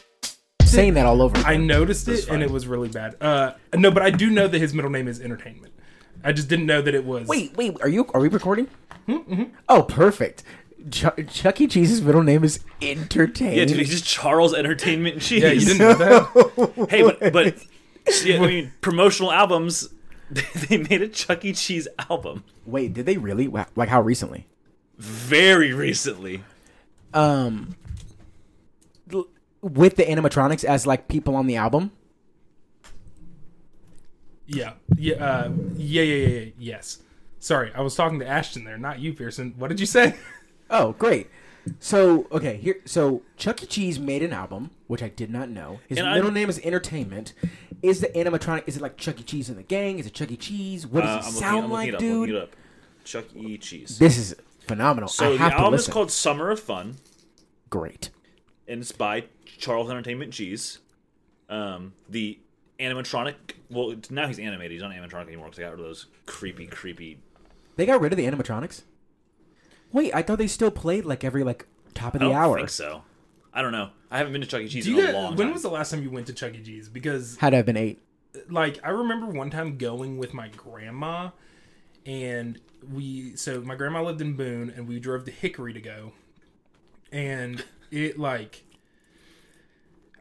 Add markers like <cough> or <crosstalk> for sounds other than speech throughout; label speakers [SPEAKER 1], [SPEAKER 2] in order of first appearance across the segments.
[SPEAKER 1] noticed
[SPEAKER 2] saying
[SPEAKER 1] it.
[SPEAKER 2] that all over.
[SPEAKER 1] I
[SPEAKER 2] again.
[SPEAKER 1] noticed it, and it was really bad. Uh, no, but I do know that his middle name is Entertainment. I just didn't know that it was.
[SPEAKER 2] Wait, wait, are you? Are we recording? Oh, perfect. Ch- Chuck E. Cheese's middle name is Entertain.
[SPEAKER 3] Yeah, dude, he's just Charles Entertainment and Cheese.
[SPEAKER 1] yeah, you didn't know that.
[SPEAKER 3] hey, but, but
[SPEAKER 2] <laughs>
[SPEAKER 3] yeah, I mean, promotional albums. <laughs> They made a Chuck E. Cheese album
[SPEAKER 2] Wait, did they really? Wow, like how recently?
[SPEAKER 3] very recently.
[SPEAKER 2] Um, l- with the animatronics as like people on the album.
[SPEAKER 1] Yeah, yeah, uh, yeah, yeah, yeah, yeah. Yes. Sorry, I was talking to Ashton there, not you, Pearson. What did you say?
[SPEAKER 2] Oh, great. So okay, here. So Chuck E. Cheese made an album, which I did not know. His
[SPEAKER 3] And I-
[SPEAKER 2] middle name is Entertainment. Is the animatronic? Is it like Chuck E. Cheese and the Gang? Is it Chuck E. Cheese? What does
[SPEAKER 3] Uh, I'm
[SPEAKER 2] it
[SPEAKER 3] looking,
[SPEAKER 2] sound
[SPEAKER 3] I'm
[SPEAKER 2] like,
[SPEAKER 3] looking it up. I'm
[SPEAKER 2] dude?
[SPEAKER 3] looking it up. Chuck E. Cheese.
[SPEAKER 2] This is phenomenal.
[SPEAKER 3] So
[SPEAKER 2] I
[SPEAKER 3] the
[SPEAKER 2] have to
[SPEAKER 3] album is
[SPEAKER 2] listen.
[SPEAKER 3] called Summer of Fun,
[SPEAKER 2] Great.
[SPEAKER 3] and it's by Charles Entertainment Cheese. Um, the animatronic. Well, now he's animated. He's not animatronic anymore because I got rid of those creepy, creepy.
[SPEAKER 2] They got rid of the animatronics. Wait, I thought they still played like every like top of
[SPEAKER 3] I
[SPEAKER 2] the
[SPEAKER 3] don't
[SPEAKER 2] hour.
[SPEAKER 3] think so. I don't know. I haven't been to Chuck E. Cheese
[SPEAKER 1] Do <laughs>
[SPEAKER 3] in
[SPEAKER 1] you
[SPEAKER 3] a
[SPEAKER 1] guys-
[SPEAKER 3] long
[SPEAKER 1] when
[SPEAKER 3] time.
[SPEAKER 1] was the last time you went to Chuck E. Cheese? Because
[SPEAKER 2] Had to have been eight.
[SPEAKER 1] like I remember one time going with my grandma, and we so my grandma lived in Boone, and we drove to Hickory to go, and it like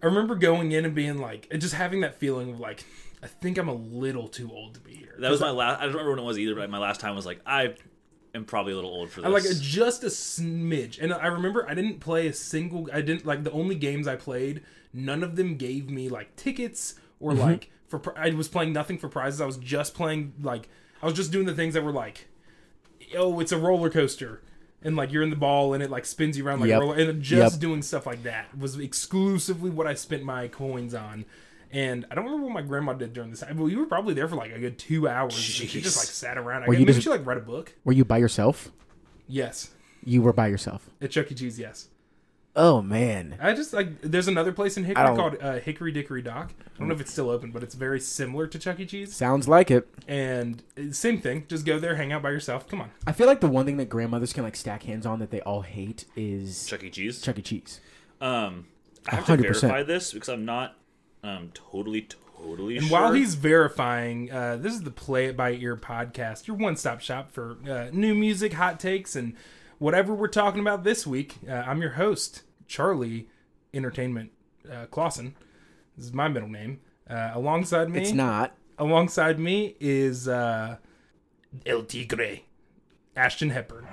[SPEAKER 1] I remember going in and being like and just having that feeling of like I think I'm a little too old to be here.
[SPEAKER 3] That was my last. I don't remember when it was either, but my last time was like I am probably a little old for this.
[SPEAKER 1] I like just a smidge, and I remember I didn't play a single. I didn't like the only games I played. None of them gave me like tickets or
[SPEAKER 2] Mm-hmm.
[SPEAKER 1] like for. pri- I was playing nothing for prizes. I was just playing like I was just doing the things that were like, oh, it's a roller coaster, and like you're in the ball and it like spins you around like
[SPEAKER 2] Yep.
[SPEAKER 1] a roller, and just
[SPEAKER 2] Yep.
[SPEAKER 1] doing stuff like that was exclusively what I spent my coins on. And I don't remember what my grandma did during this time. Well, you were probably there for like a good two hours. and She
[SPEAKER 3] Jeez.
[SPEAKER 1] just like sat around. I
[SPEAKER 2] Were
[SPEAKER 1] guess,
[SPEAKER 2] you
[SPEAKER 1] maybe
[SPEAKER 2] just-
[SPEAKER 1] she like read a book.
[SPEAKER 2] Were you by yourself?
[SPEAKER 1] Yes.
[SPEAKER 2] You were by yourself.
[SPEAKER 1] At Chuck E. Cheese, yes.
[SPEAKER 2] Oh man.
[SPEAKER 1] I just like there's another place in
[SPEAKER 2] I
[SPEAKER 1] Hickory
[SPEAKER 2] don't-
[SPEAKER 1] called uh, Hickory Dickory Dock. I don't know if it's still open, but it's very similar to Chuck E. Cheese.
[SPEAKER 2] Sounds like it.
[SPEAKER 1] And uh, same thing, just go there, hang out by yourself. Come on,
[SPEAKER 2] I feel like the one thing that grandmothers can like stack hands on that they all hate is
[SPEAKER 3] Chuck E. Cheese.
[SPEAKER 2] Chuck E. Cheese.
[SPEAKER 3] Um, I have to
[SPEAKER 2] 100%.
[SPEAKER 3] verify this because I'm not um totally totally.
[SPEAKER 1] And
[SPEAKER 3] sure.
[SPEAKER 1] while he's verifying, uh, this is the Play It By Ear podcast, your one stop shop for uh, new music, hot takes, and whatever we're talking about this week. Uh, I'm your host, Charlie Entertainment uh, Clausen. This is my middle name. Uh, alongside me,
[SPEAKER 2] It's not.
[SPEAKER 1] alongside me is uh, El Tigre, Ashton Hepburn.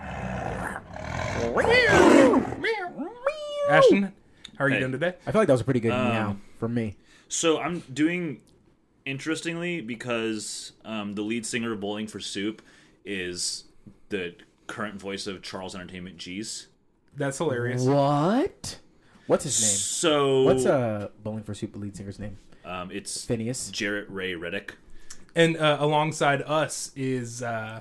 [SPEAKER 1] Ashton, how are you
[SPEAKER 3] Hey.
[SPEAKER 1] doing today?
[SPEAKER 2] I feel like that was a pretty
[SPEAKER 3] Um,
[SPEAKER 2] good meow for me.
[SPEAKER 3] so I'm doing interestingly because um, the lead singer of Bowling for Soup is the current voice of Charles Entertainment Cheese.
[SPEAKER 1] That's hilarious.
[SPEAKER 2] What? What's his name?
[SPEAKER 3] So
[SPEAKER 2] What's uh Bowling for Soup lead singer's name?
[SPEAKER 3] um, it's
[SPEAKER 2] Phineas.
[SPEAKER 3] Jarrett Ray Reddick.
[SPEAKER 1] And uh, alongside us is uh,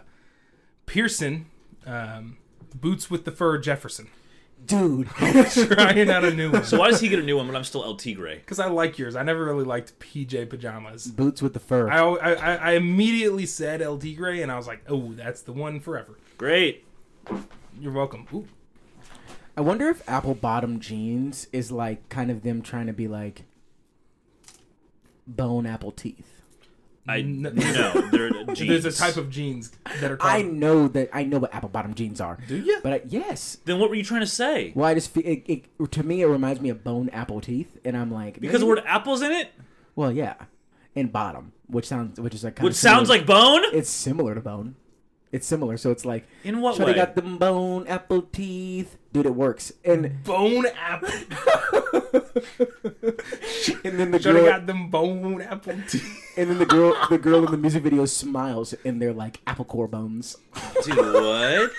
[SPEAKER 1] Pearson, um, Boots with the Fur Jefferson, <laughs>
[SPEAKER 3] <laughs>
[SPEAKER 2] Dude.
[SPEAKER 1] trying out a new one.
[SPEAKER 3] So why does he get a new one when I'm still El Tigre?
[SPEAKER 1] Because I like yours. I never really liked PJ pajamas.
[SPEAKER 2] Boots with the fur.
[SPEAKER 1] I, al- I, I I immediately said El Tigre, and I was like, oh, that's the one forever.
[SPEAKER 3] Great.
[SPEAKER 1] You're welcome. Ooh.
[SPEAKER 2] I wonder if apple bottom jeans is like kind of them trying to be like bone apple teeth.
[SPEAKER 3] I
[SPEAKER 1] No.
[SPEAKER 3] no,
[SPEAKER 1] <laughs>
[SPEAKER 3] they're
[SPEAKER 1] There's
[SPEAKER 3] jeans.
[SPEAKER 1] a type of jeans that are called.
[SPEAKER 3] Um,
[SPEAKER 2] I know that I know what apple bottom jeans are.
[SPEAKER 1] Do ya?
[SPEAKER 2] But I, yes.
[SPEAKER 3] Then what were you trying to say?
[SPEAKER 2] Well, I just fe- it, it, to me it reminds me of bone apple teeth, and I'm like
[SPEAKER 3] Because the
[SPEAKER 2] maybe-
[SPEAKER 3] word apple's in it,
[SPEAKER 2] well, yeah, and bottom, which sounds which is like kind
[SPEAKER 3] which sounds like bone.
[SPEAKER 2] <laughs> it's similar to bone. It's similar, so it's like
[SPEAKER 3] In what
[SPEAKER 2] so
[SPEAKER 3] way?
[SPEAKER 2] They got them bone apple teeth, dude. It works, and
[SPEAKER 1] bone apple.
[SPEAKER 2] and then the
[SPEAKER 1] Should have
[SPEAKER 2] girl,
[SPEAKER 1] got them bone
[SPEAKER 3] <laughs>
[SPEAKER 1] apple teeth.
[SPEAKER 2] and then the girl, the girl in the music video smiles, and they're like apple core bones.
[SPEAKER 3] Dude, what?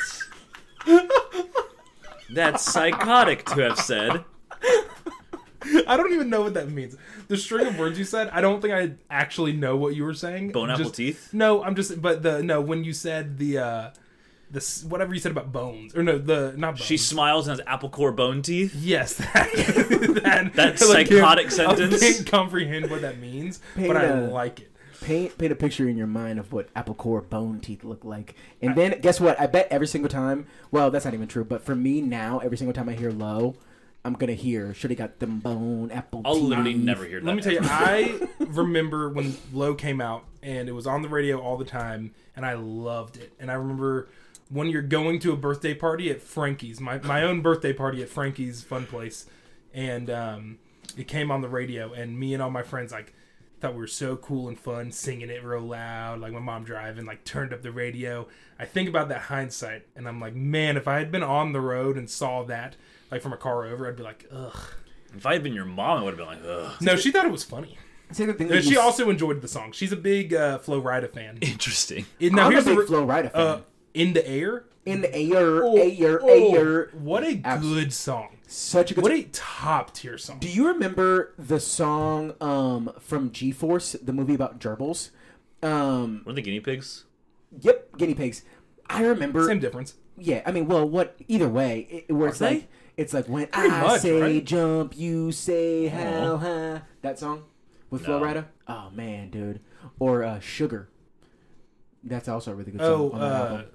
[SPEAKER 3] That's psychotic to have said.
[SPEAKER 1] I don't even know what that means. The string of words you said, I don't think I actually know what you were saying.
[SPEAKER 3] Bone
[SPEAKER 1] I'm
[SPEAKER 3] apple
[SPEAKER 1] just-
[SPEAKER 3] teeth?
[SPEAKER 1] No, I'm just. But the no when you said the uh the s- whatever you said about bones or no the not bones.
[SPEAKER 3] She smiles and has apple core bone teeth.
[SPEAKER 1] yes <laughs> that, that
[SPEAKER 3] That
[SPEAKER 1] I can't-
[SPEAKER 3] psychotic
[SPEAKER 1] I
[SPEAKER 3] sentence.
[SPEAKER 1] can't comprehend what that means, but I
[SPEAKER 2] Pena.
[SPEAKER 1] like it.
[SPEAKER 2] Paint paint a picture in your mind of what apple core bone teeth look like, and then guess what? I bet every single time. Well, that's not even true, but for me now, every single time I hear low, I'm gonna hear. Should have got them bone apple.
[SPEAKER 3] I'll
[SPEAKER 2] tea
[SPEAKER 3] literally
[SPEAKER 2] leaf.
[SPEAKER 3] never hear that.
[SPEAKER 1] Let me tell you, I remember when Low came out and it was on the radio all the time, and I loved it. And I remember when you're going to a birthday party at Frankie's, my, my own birthday party at Frankie's Fun Place, and um, it came on the radio, and me and all my friends, like, thought we were so cool and fun singing it real loud like my mom driving like turned up the radio i think about that hindsight and i'm like man if i had been on the road and saw that like from a car over i'd be like ugh
[SPEAKER 3] If I had been your mom, I would have been like, ugh.
[SPEAKER 1] no she thought it was funny
[SPEAKER 2] See, the thing
[SPEAKER 1] and
[SPEAKER 2] that
[SPEAKER 1] she
[SPEAKER 2] you-
[SPEAKER 1] also enjoyed the song. She's a big uh, Flo Rida
[SPEAKER 2] <laughs>
[SPEAKER 1] fan.
[SPEAKER 3] Interesting.
[SPEAKER 1] It- Now
[SPEAKER 2] I'm
[SPEAKER 1] here's
[SPEAKER 2] a
[SPEAKER 1] the
[SPEAKER 2] big
[SPEAKER 1] re-
[SPEAKER 2] Flo Rida fan.
[SPEAKER 1] uh, in the air.
[SPEAKER 2] in the air,
[SPEAKER 1] Oh,
[SPEAKER 2] air,
[SPEAKER 1] oh,
[SPEAKER 2] air.
[SPEAKER 1] What a
[SPEAKER 2] Abs-
[SPEAKER 1] good song.
[SPEAKER 2] Such a good.
[SPEAKER 1] What a top tier song.
[SPEAKER 2] Do you remember the song um, from G Force, the movie about gerbils? Um,
[SPEAKER 3] Were the guinea pigs?
[SPEAKER 2] yep, guinea pigs. I remember.
[SPEAKER 1] Same difference.
[SPEAKER 2] Yeah, I mean, well, what? Either way, it, where it's
[SPEAKER 3] Are they?
[SPEAKER 2] like it's like when
[SPEAKER 1] Pretty
[SPEAKER 2] I
[SPEAKER 1] much,
[SPEAKER 2] say
[SPEAKER 1] right?
[SPEAKER 2] jump, you say how
[SPEAKER 3] Aw.
[SPEAKER 2] high. That song with Flo
[SPEAKER 3] No.
[SPEAKER 2] Rida. Oh man, dude. Or uh, Sugar. That's also a really good song
[SPEAKER 1] Oh,
[SPEAKER 2] on that
[SPEAKER 1] uh,
[SPEAKER 2] album.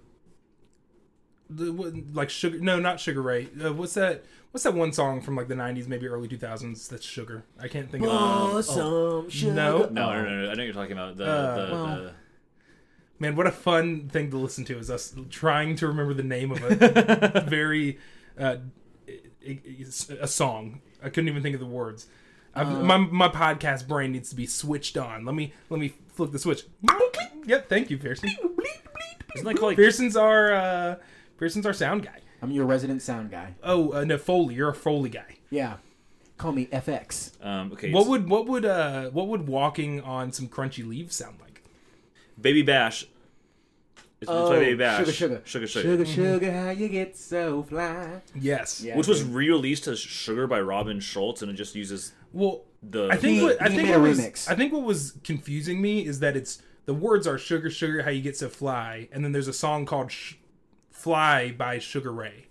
[SPEAKER 1] the, what, like sugar? No, not Sugar Ray. Uh, what's that? What's that one song from like the '90s, maybe early 2000s? That's Sugar. I can't think of.
[SPEAKER 2] Oh,
[SPEAKER 1] it.
[SPEAKER 2] some sugar.
[SPEAKER 1] no.
[SPEAKER 3] No, no, no, no. I know you're talking about the. the,
[SPEAKER 2] well.
[SPEAKER 3] the
[SPEAKER 1] Man, what a fun thing to listen to is us trying to remember the name of a very uh, i- i- a song. I couldn't even think of the words. I've, my my podcast brain needs to be switched on. Let me let me flick the switch. Yep, thank you, Pearson.
[SPEAKER 3] isn't that called like
[SPEAKER 1] Pearson's our uh, Pearson's our sound guy.
[SPEAKER 2] I'm your resident sound guy.
[SPEAKER 1] Oh uh, no, Foley, you're a Foley guy.
[SPEAKER 2] Yeah. Call me FX.
[SPEAKER 3] um, okay?
[SPEAKER 1] What would what would uh, what would walking on some crunchy leaves sound like?
[SPEAKER 3] Baby Bash. It's, it's by Baby Bash.
[SPEAKER 2] Oh, Sugar, sugar,
[SPEAKER 3] Sugar,
[SPEAKER 2] sugar,
[SPEAKER 3] sugar.
[SPEAKER 2] sugar, how you get so fly.
[SPEAKER 1] Yes.
[SPEAKER 2] Yeah.
[SPEAKER 3] Which was re-released as Sugar by Robin Schultz, and it just uses
[SPEAKER 1] Well,
[SPEAKER 3] the.
[SPEAKER 1] I think
[SPEAKER 2] He-
[SPEAKER 1] what I
[SPEAKER 2] he
[SPEAKER 1] think
[SPEAKER 2] made a
[SPEAKER 1] what was,
[SPEAKER 2] remix.
[SPEAKER 1] I think what was confusing me is that it's the words are sugar sugar how you get so fly and then there's a song called Sh- Fly by Sugar Ray.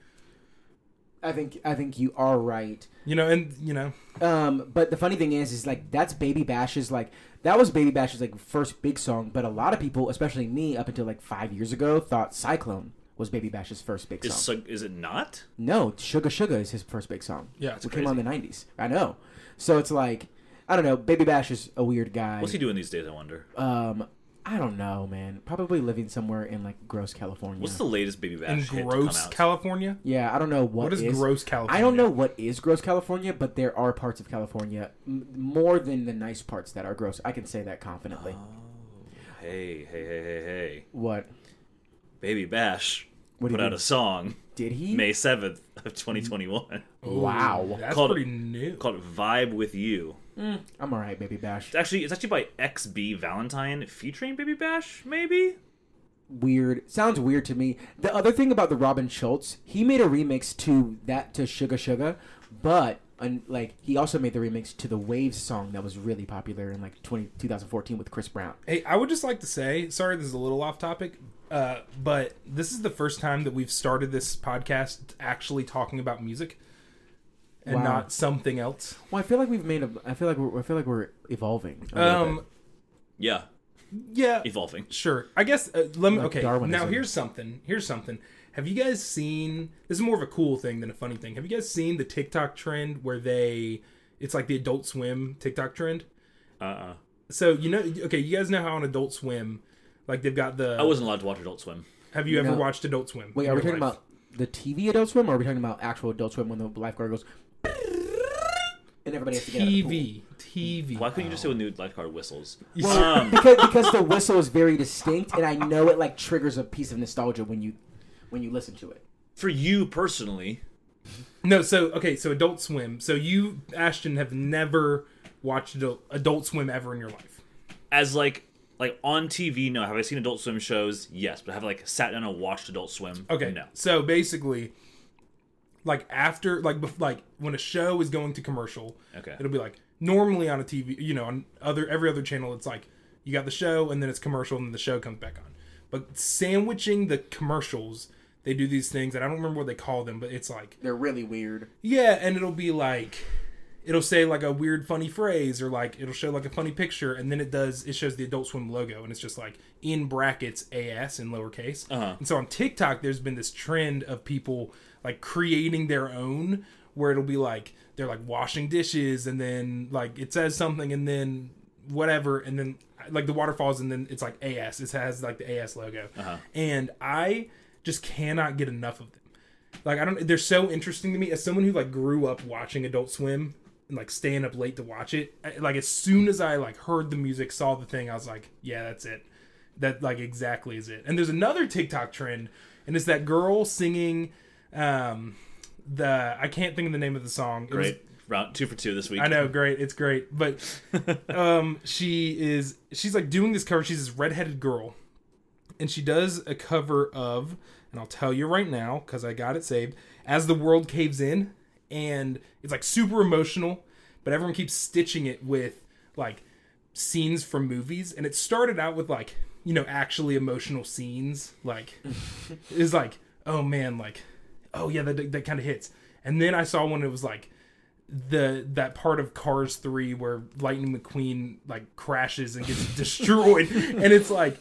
[SPEAKER 2] I think I think you are right.
[SPEAKER 1] You know, and you know,
[SPEAKER 2] Um, but the funny thing is, is like that's Baby Bash's like that was Baby Bash's like first big song. But a lot of people, especially me, up until like five years ago, thought Cyclone was Baby Bash's first big
[SPEAKER 3] Is,
[SPEAKER 2] song.
[SPEAKER 3] su- is it not?
[SPEAKER 2] No, Sugar Sugar is his first big song.
[SPEAKER 1] Yeah, it's
[SPEAKER 2] it came on in the '90s. I know. So it's like I don't know. Baby Bash is a weird guy.
[SPEAKER 3] What's he doing these days? I wonder.
[SPEAKER 2] Um, I don't know, man. Probably living somewhere in like gross California.
[SPEAKER 3] What's the latest Baby Bash
[SPEAKER 1] in
[SPEAKER 3] hit to
[SPEAKER 1] gross
[SPEAKER 3] Ah, come out?
[SPEAKER 1] California.
[SPEAKER 2] Yeah, I don't know
[SPEAKER 1] What is,
[SPEAKER 2] is
[SPEAKER 1] gross California?
[SPEAKER 2] I don't know what is gross California, but there are parts of California m- more than the nice parts that are gross. I can say that confidently.
[SPEAKER 3] hey, hey, hey, hey, hey!
[SPEAKER 2] What
[SPEAKER 3] Baby Bash
[SPEAKER 2] What do you
[SPEAKER 3] put out
[SPEAKER 2] mean?
[SPEAKER 3] a song
[SPEAKER 2] did he? Oh.
[SPEAKER 3] May seventh of 2021
[SPEAKER 1] Ooh,
[SPEAKER 2] Wow.
[SPEAKER 1] That's
[SPEAKER 3] Called-
[SPEAKER 1] pretty new.
[SPEAKER 3] called "Vibe with You."
[SPEAKER 2] I'm all right, baby bash.
[SPEAKER 3] It's actually it's actually by XB Valentine featuring Baby Bash. Maybe
[SPEAKER 2] Weird. Sounds weird to me. The other thing about the Robin Schultz, he made a remix to that to Sugar Sugar, but and like he also made the remix to the Waves song that was really popular in like 20, 2014 with Chris Brown.
[SPEAKER 1] Hey, I would just like to say, sorry, this is a little off topic, uh, but this is the first time that we've started this podcast actually talking about music and
[SPEAKER 2] Wow.
[SPEAKER 1] not something else.
[SPEAKER 2] Well, I feel like we've made a. I feel like we're. I feel like we're evolving. a little
[SPEAKER 1] Um,
[SPEAKER 2] bit.
[SPEAKER 3] yeah,
[SPEAKER 1] yeah,
[SPEAKER 3] evolving.
[SPEAKER 1] Sure. I guess uh, let me.
[SPEAKER 2] Like
[SPEAKER 1] Okay.
[SPEAKER 2] Darwinism.
[SPEAKER 1] Now here's something. Here's something. Have you guys seen? This is more of a cool thing than a funny thing. Have you guys seen the TikTok trend where they? It's like the Adult Swim TikTok trend.
[SPEAKER 3] Uh, uh
[SPEAKER 1] So you know, okay, you guys know how on Adult Swim, like they've got the.
[SPEAKER 3] I wasn't allowed to watch Adult Swim.
[SPEAKER 1] have you ever
[SPEAKER 2] No.
[SPEAKER 1] watched Adult Swim?
[SPEAKER 2] Wait,
[SPEAKER 1] in
[SPEAKER 2] are we
[SPEAKER 1] your
[SPEAKER 2] talking
[SPEAKER 1] life?
[SPEAKER 2] about the TV Adult Swim, or are we talking about actual Adult Swim when the lifeguard goes and everybody has to get out of the pool?
[SPEAKER 1] TV? TV.
[SPEAKER 3] Why couldn't you just say when the lifeguard whistles?
[SPEAKER 2] Well,
[SPEAKER 3] Um,
[SPEAKER 2] because, because the whistle is very distinct, and I know it like triggers a piece of nostalgia when you when you listen to it.
[SPEAKER 3] for you personally,
[SPEAKER 1] No. So okay. So Adult Swim. So you, Ashton, have never watched Adult, Adult Swim ever in your life.
[SPEAKER 3] as like like on TV, no. Have I seen Adult Swim shows? Yes, but have I, like sat down and watched Adult Swim?
[SPEAKER 1] Okay.
[SPEAKER 3] no.
[SPEAKER 1] So basically, like after like bef- like when a show is going to commercial,
[SPEAKER 3] Okay.
[SPEAKER 1] it'll be like normally on a TV, you know, on other every other channel, it's like you got the show and then it's commercial and then the show comes back on. But sandwiching the commercials, they do these things, and I don't remember what they call them, but it's like
[SPEAKER 2] They're really weird.
[SPEAKER 1] yeah, and it'll be like it'll say like a weird funny phrase or like it'll show like a funny picture and then it does it shows the Adult Swim logo and it's just like in brackets AS in lowercase.
[SPEAKER 3] Uh-huh.
[SPEAKER 1] And so on TikTok there's been this trend of people like creating their own where it'll be like they're like washing dishes and then like it says something and then whatever and then like the waterfalls and then it's like AS. It has like the AS logo.
[SPEAKER 3] Uh-huh.
[SPEAKER 1] And I just cannot get enough of them. Like I don't they're so interesting to me as someone who like grew up watching Adult Swim and like staying up late to watch it. I- Like as soon as I like heard the music, saw the thing, I was like, yeah, that's it. That like exactly is it. And there's another TikTok trend and it's that girl singing um the I can't think of the name of the song. It was-
[SPEAKER 3] Great. Round two for two this week.
[SPEAKER 1] I know, great. It's great, but um, she is she's like doing this cover. She's this redheaded girl, and she does a cover of, and I'll tell you right now because I got it saved. As the world caves in, and it's like super emotional, but everyone keeps stitching it with like scenes from movies, and it started out with like you know actually emotional scenes, like is like oh man, like oh yeah, that that kind of hits. And then I saw one. It was like the that part of Cars Three where Lightning McQueen like
[SPEAKER 2] <laughs>
[SPEAKER 1] crashes and gets destroyed, and it's like,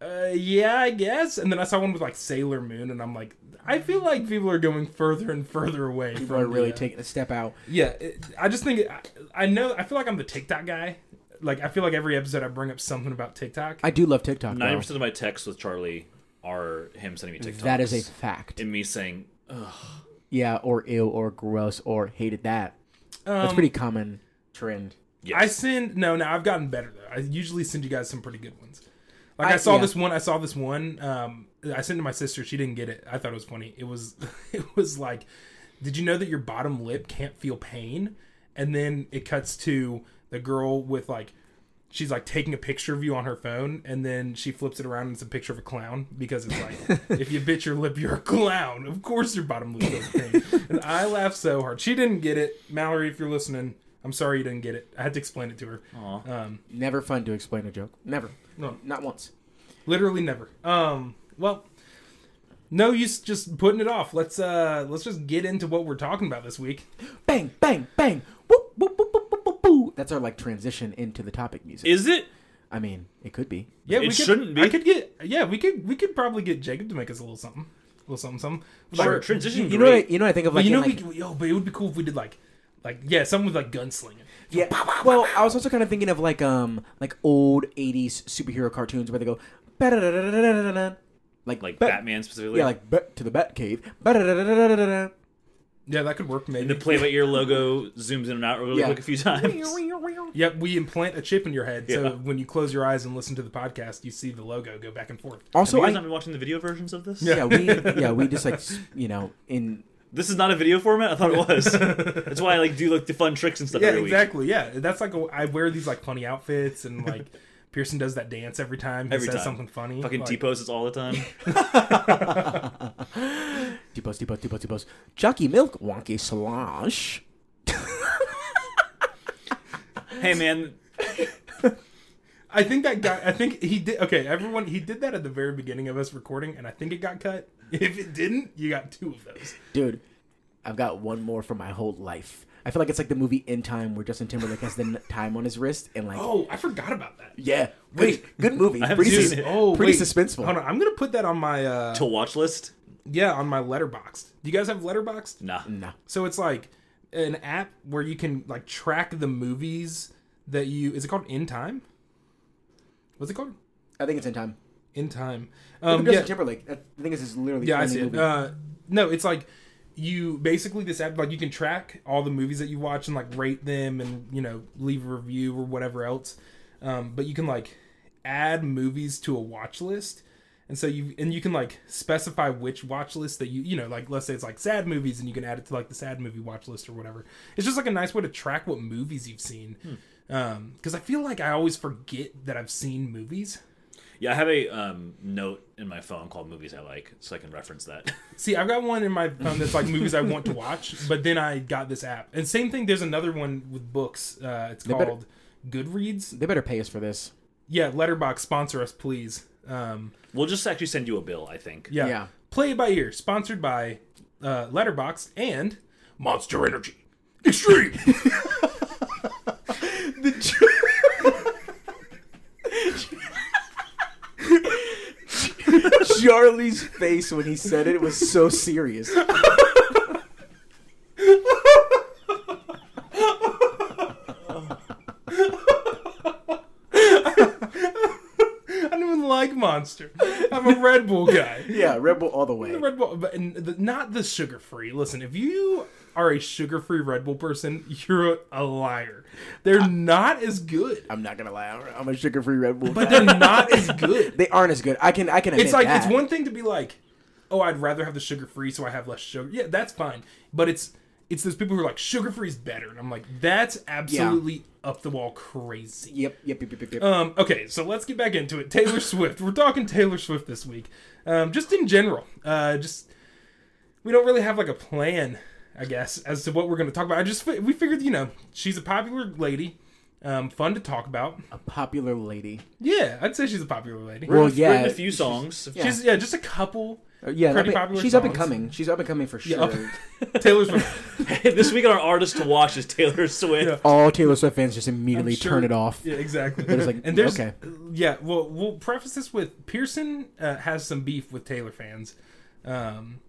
[SPEAKER 1] uh, yeah, I guess. And then I saw one with like Sailor Moon, and I'm like, I feel like people are going further and further away.
[SPEAKER 2] People are
[SPEAKER 1] the,
[SPEAKER 2] really
[SPEAKER 1] uh,
[SPEAKER 2] taking a step out.
[SPEAKER 1] yeah, it, I just think I, I know. I feel like I'm the TikTok guy. Like I feel like every episode I bring up something about TikTok.
[SPEAKER 2] I do love TikTok.
[SPEAKER 3] Ninety
[SPEAKER 2] though.
[SPEAKER 3] percent of my texts with Charlie are him sending me TikToks.
[SPEAKER 2] That is a fact.
[SPEAKER 3] and me saying
[SPEAKER 2] Yeah, or ill, or gross, or hated that. That's
[SPEAKER 1] Um,
[SPEAKER 2] pretty common trend.
[SPEAKER 3] yes.
[SPEAKER 1] I send no, no. I've gotten better though. I usually send you guys some pretty good ones. Like I,
[SPEAKER 2] I-
[SPEAKER 1] saw
[SPEAKER 2] yeah.
[SPEAKER 1] this one. I saw this one. Um, I sent it to my sister. She didn't get it. I thought it was funny. It was, <laughs> it was like, did you know that your bottom lip can't feel pain? And then it cuts to the girl with like, she's like taking a picture of you on her phone, and then she flips it around and it's a picture of a clown because it's like,
[SPEAKER 2] <laughs>
[SPEAKER 1] if you bit your lip, you're a clown. Of course, your bottom lip feels pain. and I laughed so hard. She didn't get it, Mallory. If you're listening, I'm sorry you didn't get it. I had to explain it to her.
[SPEAKER 3] Aw.
[SPEAKER 1] Um,
[SPEAKER 2] Never fun to explain a joke. Never.
[SPEAKER 1] No.
[SPEAKER 2] Not once.
[SPEAKER 1] Literally never. Um, well, no use just putting it off. Let's uh let's just get into what we're talking about this week.
[SPEAKER 2] Bang, bang, bang. Whoop, whoop, whoop, whoop, whoop, whoop, whoop. That's our like transition into the topic music.
[SPEAKER 3] Is it?
[SPEAKER 2] I mean, it could be.
[SPEAKER 1] Yeah,
[SPEAKER 3] It
[SPEAKER 1] we could,
[SPEAKER 3] shouldn't be.
[SPEAKER 1] I could get yeah, we could we could probably get Jacob to make us a little something. A little something something.
[SPEAKER 3] Sure.
[SPEAKER 1] Like,
[SPEAKER 3] Transition.
[SPEAKER 2] You know
[SPEAKER 3] great.
[SPEAKER 2] what? I, you know what I think of
[SPEAKER 1] but
[SPEAKER 2] like.
[SPEAKER 1] you
[SPEAKER 2] in,
[SPEAKER 1] know
[SPEAKER 2] like-
[SPEAKER 1] we yo, but it would be cool if we did like like yeah, something with like gunslinging.
[SPEAKER 2] Yeah. Well, I was also kind of thinking of like um like old '80s superhero cartoons where they go "Ba-da-da-da-da-da-da-da-da." like
[SPEAKER 3] like
[SPEAKER 2] ba-
[SPEAKER 3] Batman specifically.
[SPEAKER 2] Yeah, like ba- to the Bat Cave. Ba-da-da-da-da-da-da-da.
[SPEAKER 1] Yeah, that could work
[SPEAKER 3] and the
[SPEAKER 1] maybe.
[SPEAKER 3] play by ear logo zooms in and out really
[SPEAKER 2] Yeah.
[SPEAKER 3] quick a few times.
[SPEAKER 1] Yep, we implant a chip in your head,
[SPEAKER 3] Yeah.
[SPEAKER 1] so when you close your eyes and listen to the podcast, you see the logo go back and forth.
[SPEAKER 2] <laughs> Also,
[SPEAKER 3] Have you guys
[SPEAKER 2] I
[SPEAKER 3] not been watching the video versions of this?
[SPEAKER 2] yeah we yeah we just like s- you know in
[SPEAKER 3] This is not a video format. I thought it was. That's why I like do like the fun tricks and stuff
[SPEAKER 1] Yeah,
[SPEAKER 3] every week.
[SPEAKER 1] exactly. Yeah, that's like a, I wear these like funny outfits, and like
[SPEAKER 3] <laughs>
[SPEAKER 1] Pearson does that dance every time he
[SPEAKER 3] Every
[SPEAKER 1] says
[SPEAKER 3] time.
[SPEAKER 1] something funny.
[SPEAKER 3] Fucking
[SPEAKER 1] like,
[SPEAKER 3] T poses all the
[SPEAKER 2] <laughs>
[SPEAKER 3] time.
[SPEAKER 2] Depos, Depos, Depos, Depos. Jockey Milk, Wonky Slash.
[SPEAKER 3] hey man,
[SPEAKER 1] I think that guy. I think he did. Okay, everyone, he did that at the very beginning of us recording, and I think it got cut. <laughs> If it didn't, you got two of those.
[SPEAKER 2] Dude, I've got one more for my whole life. I feel like it's like the movie In Time where Justin Timberlake has the n- time on his wrist and like,
[SPEAKER 1] Oh, I forgot about that.
[SPEAKER 2] yeah, wait, good
[SPEAKER 1] <laughs>
[SPEAKER 2] movie.
[SPEAKER 3] haven't
[SPEAKER 2] Pretty,
[SPEAKER 3] seen
[SPEAKER 2] sus-
[SPEAKER 3] it.
[SPEAKER 1] Oh,
[SPEAKER 2] pretty
[SPEAKER 1] wait.
[SPEAKER 2] suspenseful.
[SPEAKER 1] Hold on, I'm gonna put that on my uh,
[SPEAKER 3] to watch list?
[SPEAKER 1] yeah, on my letterbox. Do you guys have letterboxed?
[SPEAKER 3] Nah.
[SPEAKER 2] No.
[SPEAKER 1] So it's like an app where you can like track the movies that you. Is it called In Time? What's it called?
[SPEAKER 2] I think it's In Time.
[SPEAKER 1] In Time.
[SPEAKER 2] Um,
[SPEAKER 1] Um,
[SPEAKER 2] Justin
[SPEAKER 1] yeah,
[SPEAKER 2] Timberlake. That- I think this is literally
[SPEAKER 1] Yeah, I
[SPEAKER 2] the only
[SPEAKER 1] see. It.
[SPEAKER 2] movie.
[SPEAKER 1] Uh, no, it's like you basically this app like you can track all the movies that you watch and like rate them and you know leave a review or whatever else. Um, but you can like add movies to a watch list, and so you and you can like specify which watch list that you you know like let's say it's like sad movies and you can add it to like the sad movie watch list or whatever. It's just like a nice way to track what movies you've seen. Um, because I feel like I always forget that I've seen movies.
[SPEAKER 3] Yeah, I have a um, note in my phone called movies I like, so I can reference that. <laughs>
[SPEAKER 1] See, I've got one in my phone that's like movies I want to watch, <laughs> but then I got this app. And same thing, there's another one with books. Uh, it's
[SPEAKER 2] better-
[SPEAKER 1] called Goodreads.
[SPEAKER 2] they better pay us for
[SPEAKER 1] <laughs>
[SPEAKER 2] this.
[SPEAKER 1] Yeah, Letterbox sponsor us, please. Um,
[SPEAKER 3] we'll just actually send you a bill, I think.
[SPEAKER 1] yeah.
[SPEAKER 2] Yeah.
[SPEAKER 1] Play by ear, sponsored by uh, Letterbox and Monster Energy Extreme. <laughs>
[SPEAKER 2] Charlie's face when he said it was so serious.
[SPEAKER 1] monster. I'm a Red Bull guy.
[SPEAKER 2] <laughs> Yeah, Red Bull all the way.
[SPEAKER 1] <laughs> The Red Bull, but and the, not the sugar free. Listen, if you are a sugar free Red Bull person, <laughs> you're a liar. They're not as good,
[SPEAKER 2] I'm not gonna lie, I'm a sugar free Red Bull.
[SPEAKER 1] but they're not as good.
[SPEAKER 2] they aren't as good. I can I can admit
[SPEAKER 1] It's like
[SPEAKER 2] that.
[SPEAKER 1] it's one thing to be like, oh, I'd rather have the sugar free, so I have less sugar. Yeah, that's fine. But it's it's those people who are like sugar free is better, and I'm like, that's absolutely up the wall crazy.
[SPEAKER 2] Yep, yep, yep, yep, yep. yep.
[SPEAKER 1] Um, okay, so let's get back into it. Taylor Swift. We're talking Taylor Swift this week. Um, just in general, uh, just we don't really have like a plan, I guess, as to what we're going to talk about. I just fi- we figured, you know, she's a popular lady, um, fun to talk about.
[SPEAKER 2] a popular lady.
[SPEAKER 1] Yeah, I'd say she's a popular lady.
[SPEAKER 2] Well,
[SPEAKER 3] Written
[SPEAKER 2] yeah,
[SPEAKER 3] a few songs.
[SPEAKER 2] yeah.
[SPEAKER 1] She's yeah, just a couple.
[SPEAKER 2] Uh, yeah. that'd
[SPEAKER 1] pretty
[SPEAKER 2] be-
[SPEAKER 1] popular
[SPEAKER 2] she's up and
[SPEAKER 1] songs.
[SPEAKER 2] coming. She's up and coming for sure.
[SPEAKER 1] Yeah, Taylor Swift.
[SPEAKER 3] <laughs> this week on our artist to watch is Taylor Swift.
[SPEAKER 1] Yeah.
[SPEAKER 2] <laughs> All Taylor Swift fans just immediately
[SPEAKER 1] I'm sure-
[SPEAKER 2] turn it off.
[SPEAKER 1] Yeah, exactly.
[SPEAKER 2] it's like,
[SPEAKER 1] and there's
[SPEAKER 2] okay.
[SPEAKER 1] yeah. Well, we'll preface this with Pearson uh, has some beef with Taylor fans. Um,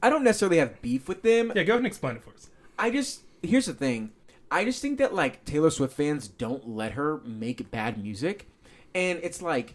[SPEAKER 2] I don't necessarily have beef with them.
[SPEAKER 1] yeah, go ahead and explain it for us.
[SPEAKER 2] I just here's the thing. I just think that like Taylor Swift fans don't let her make bad music, and it's like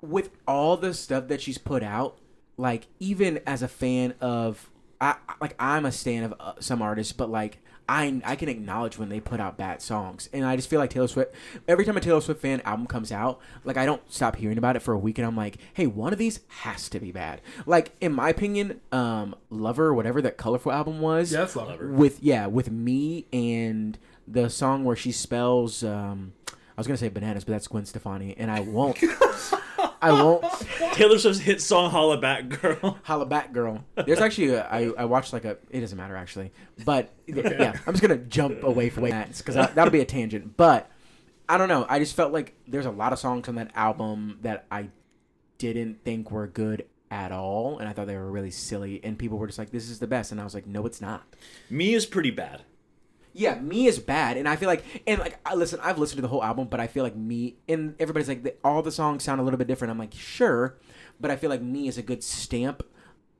[SPEAKER 2] with all the stuff that she's put out, like even as a fan of, I like I'm a stan of uh, some artists, but like. I, I can acknowledge when they put out bad songs, and I just feel like Taylor Swift. Every time a Taylor Swift fan album comes out, like I don't stop hearing about it for a week, and I'm like, hey, one of these has to be bad. Like in my opinion, um, Lover, whatever that colorful album was,
[SPEAKER 1] Yeah, that's love.
[SPEAKER 2] with yeah with me and the song where she spells um i was gonna say bananas but that's gwen stefani and i won't i won't
[SPEAKER 3] Taylor Swift's hit song "Holla Back Girl."
[SPEAKER 2] holla back girl there's actually a, I, I watched like a it doesn't matter actually but yeah i'm just gonna jump away from that because that'll be a tangent but i don't know i just felt like there's a lot of songs on that album that i didn't think were good at all and i thought they were really silly and people were just like this is the best and i was like no it's not
[SPEAKER 3] Me is pretty bad.
[SPEAKER 2] Yeah, me is bad, and I feel like, and like, I listen, I've listened to the whole album, but I feel like me and everybody's like, the, all the songs sound a little bit different. I'm like, sure, but I feel like me is a good stamp,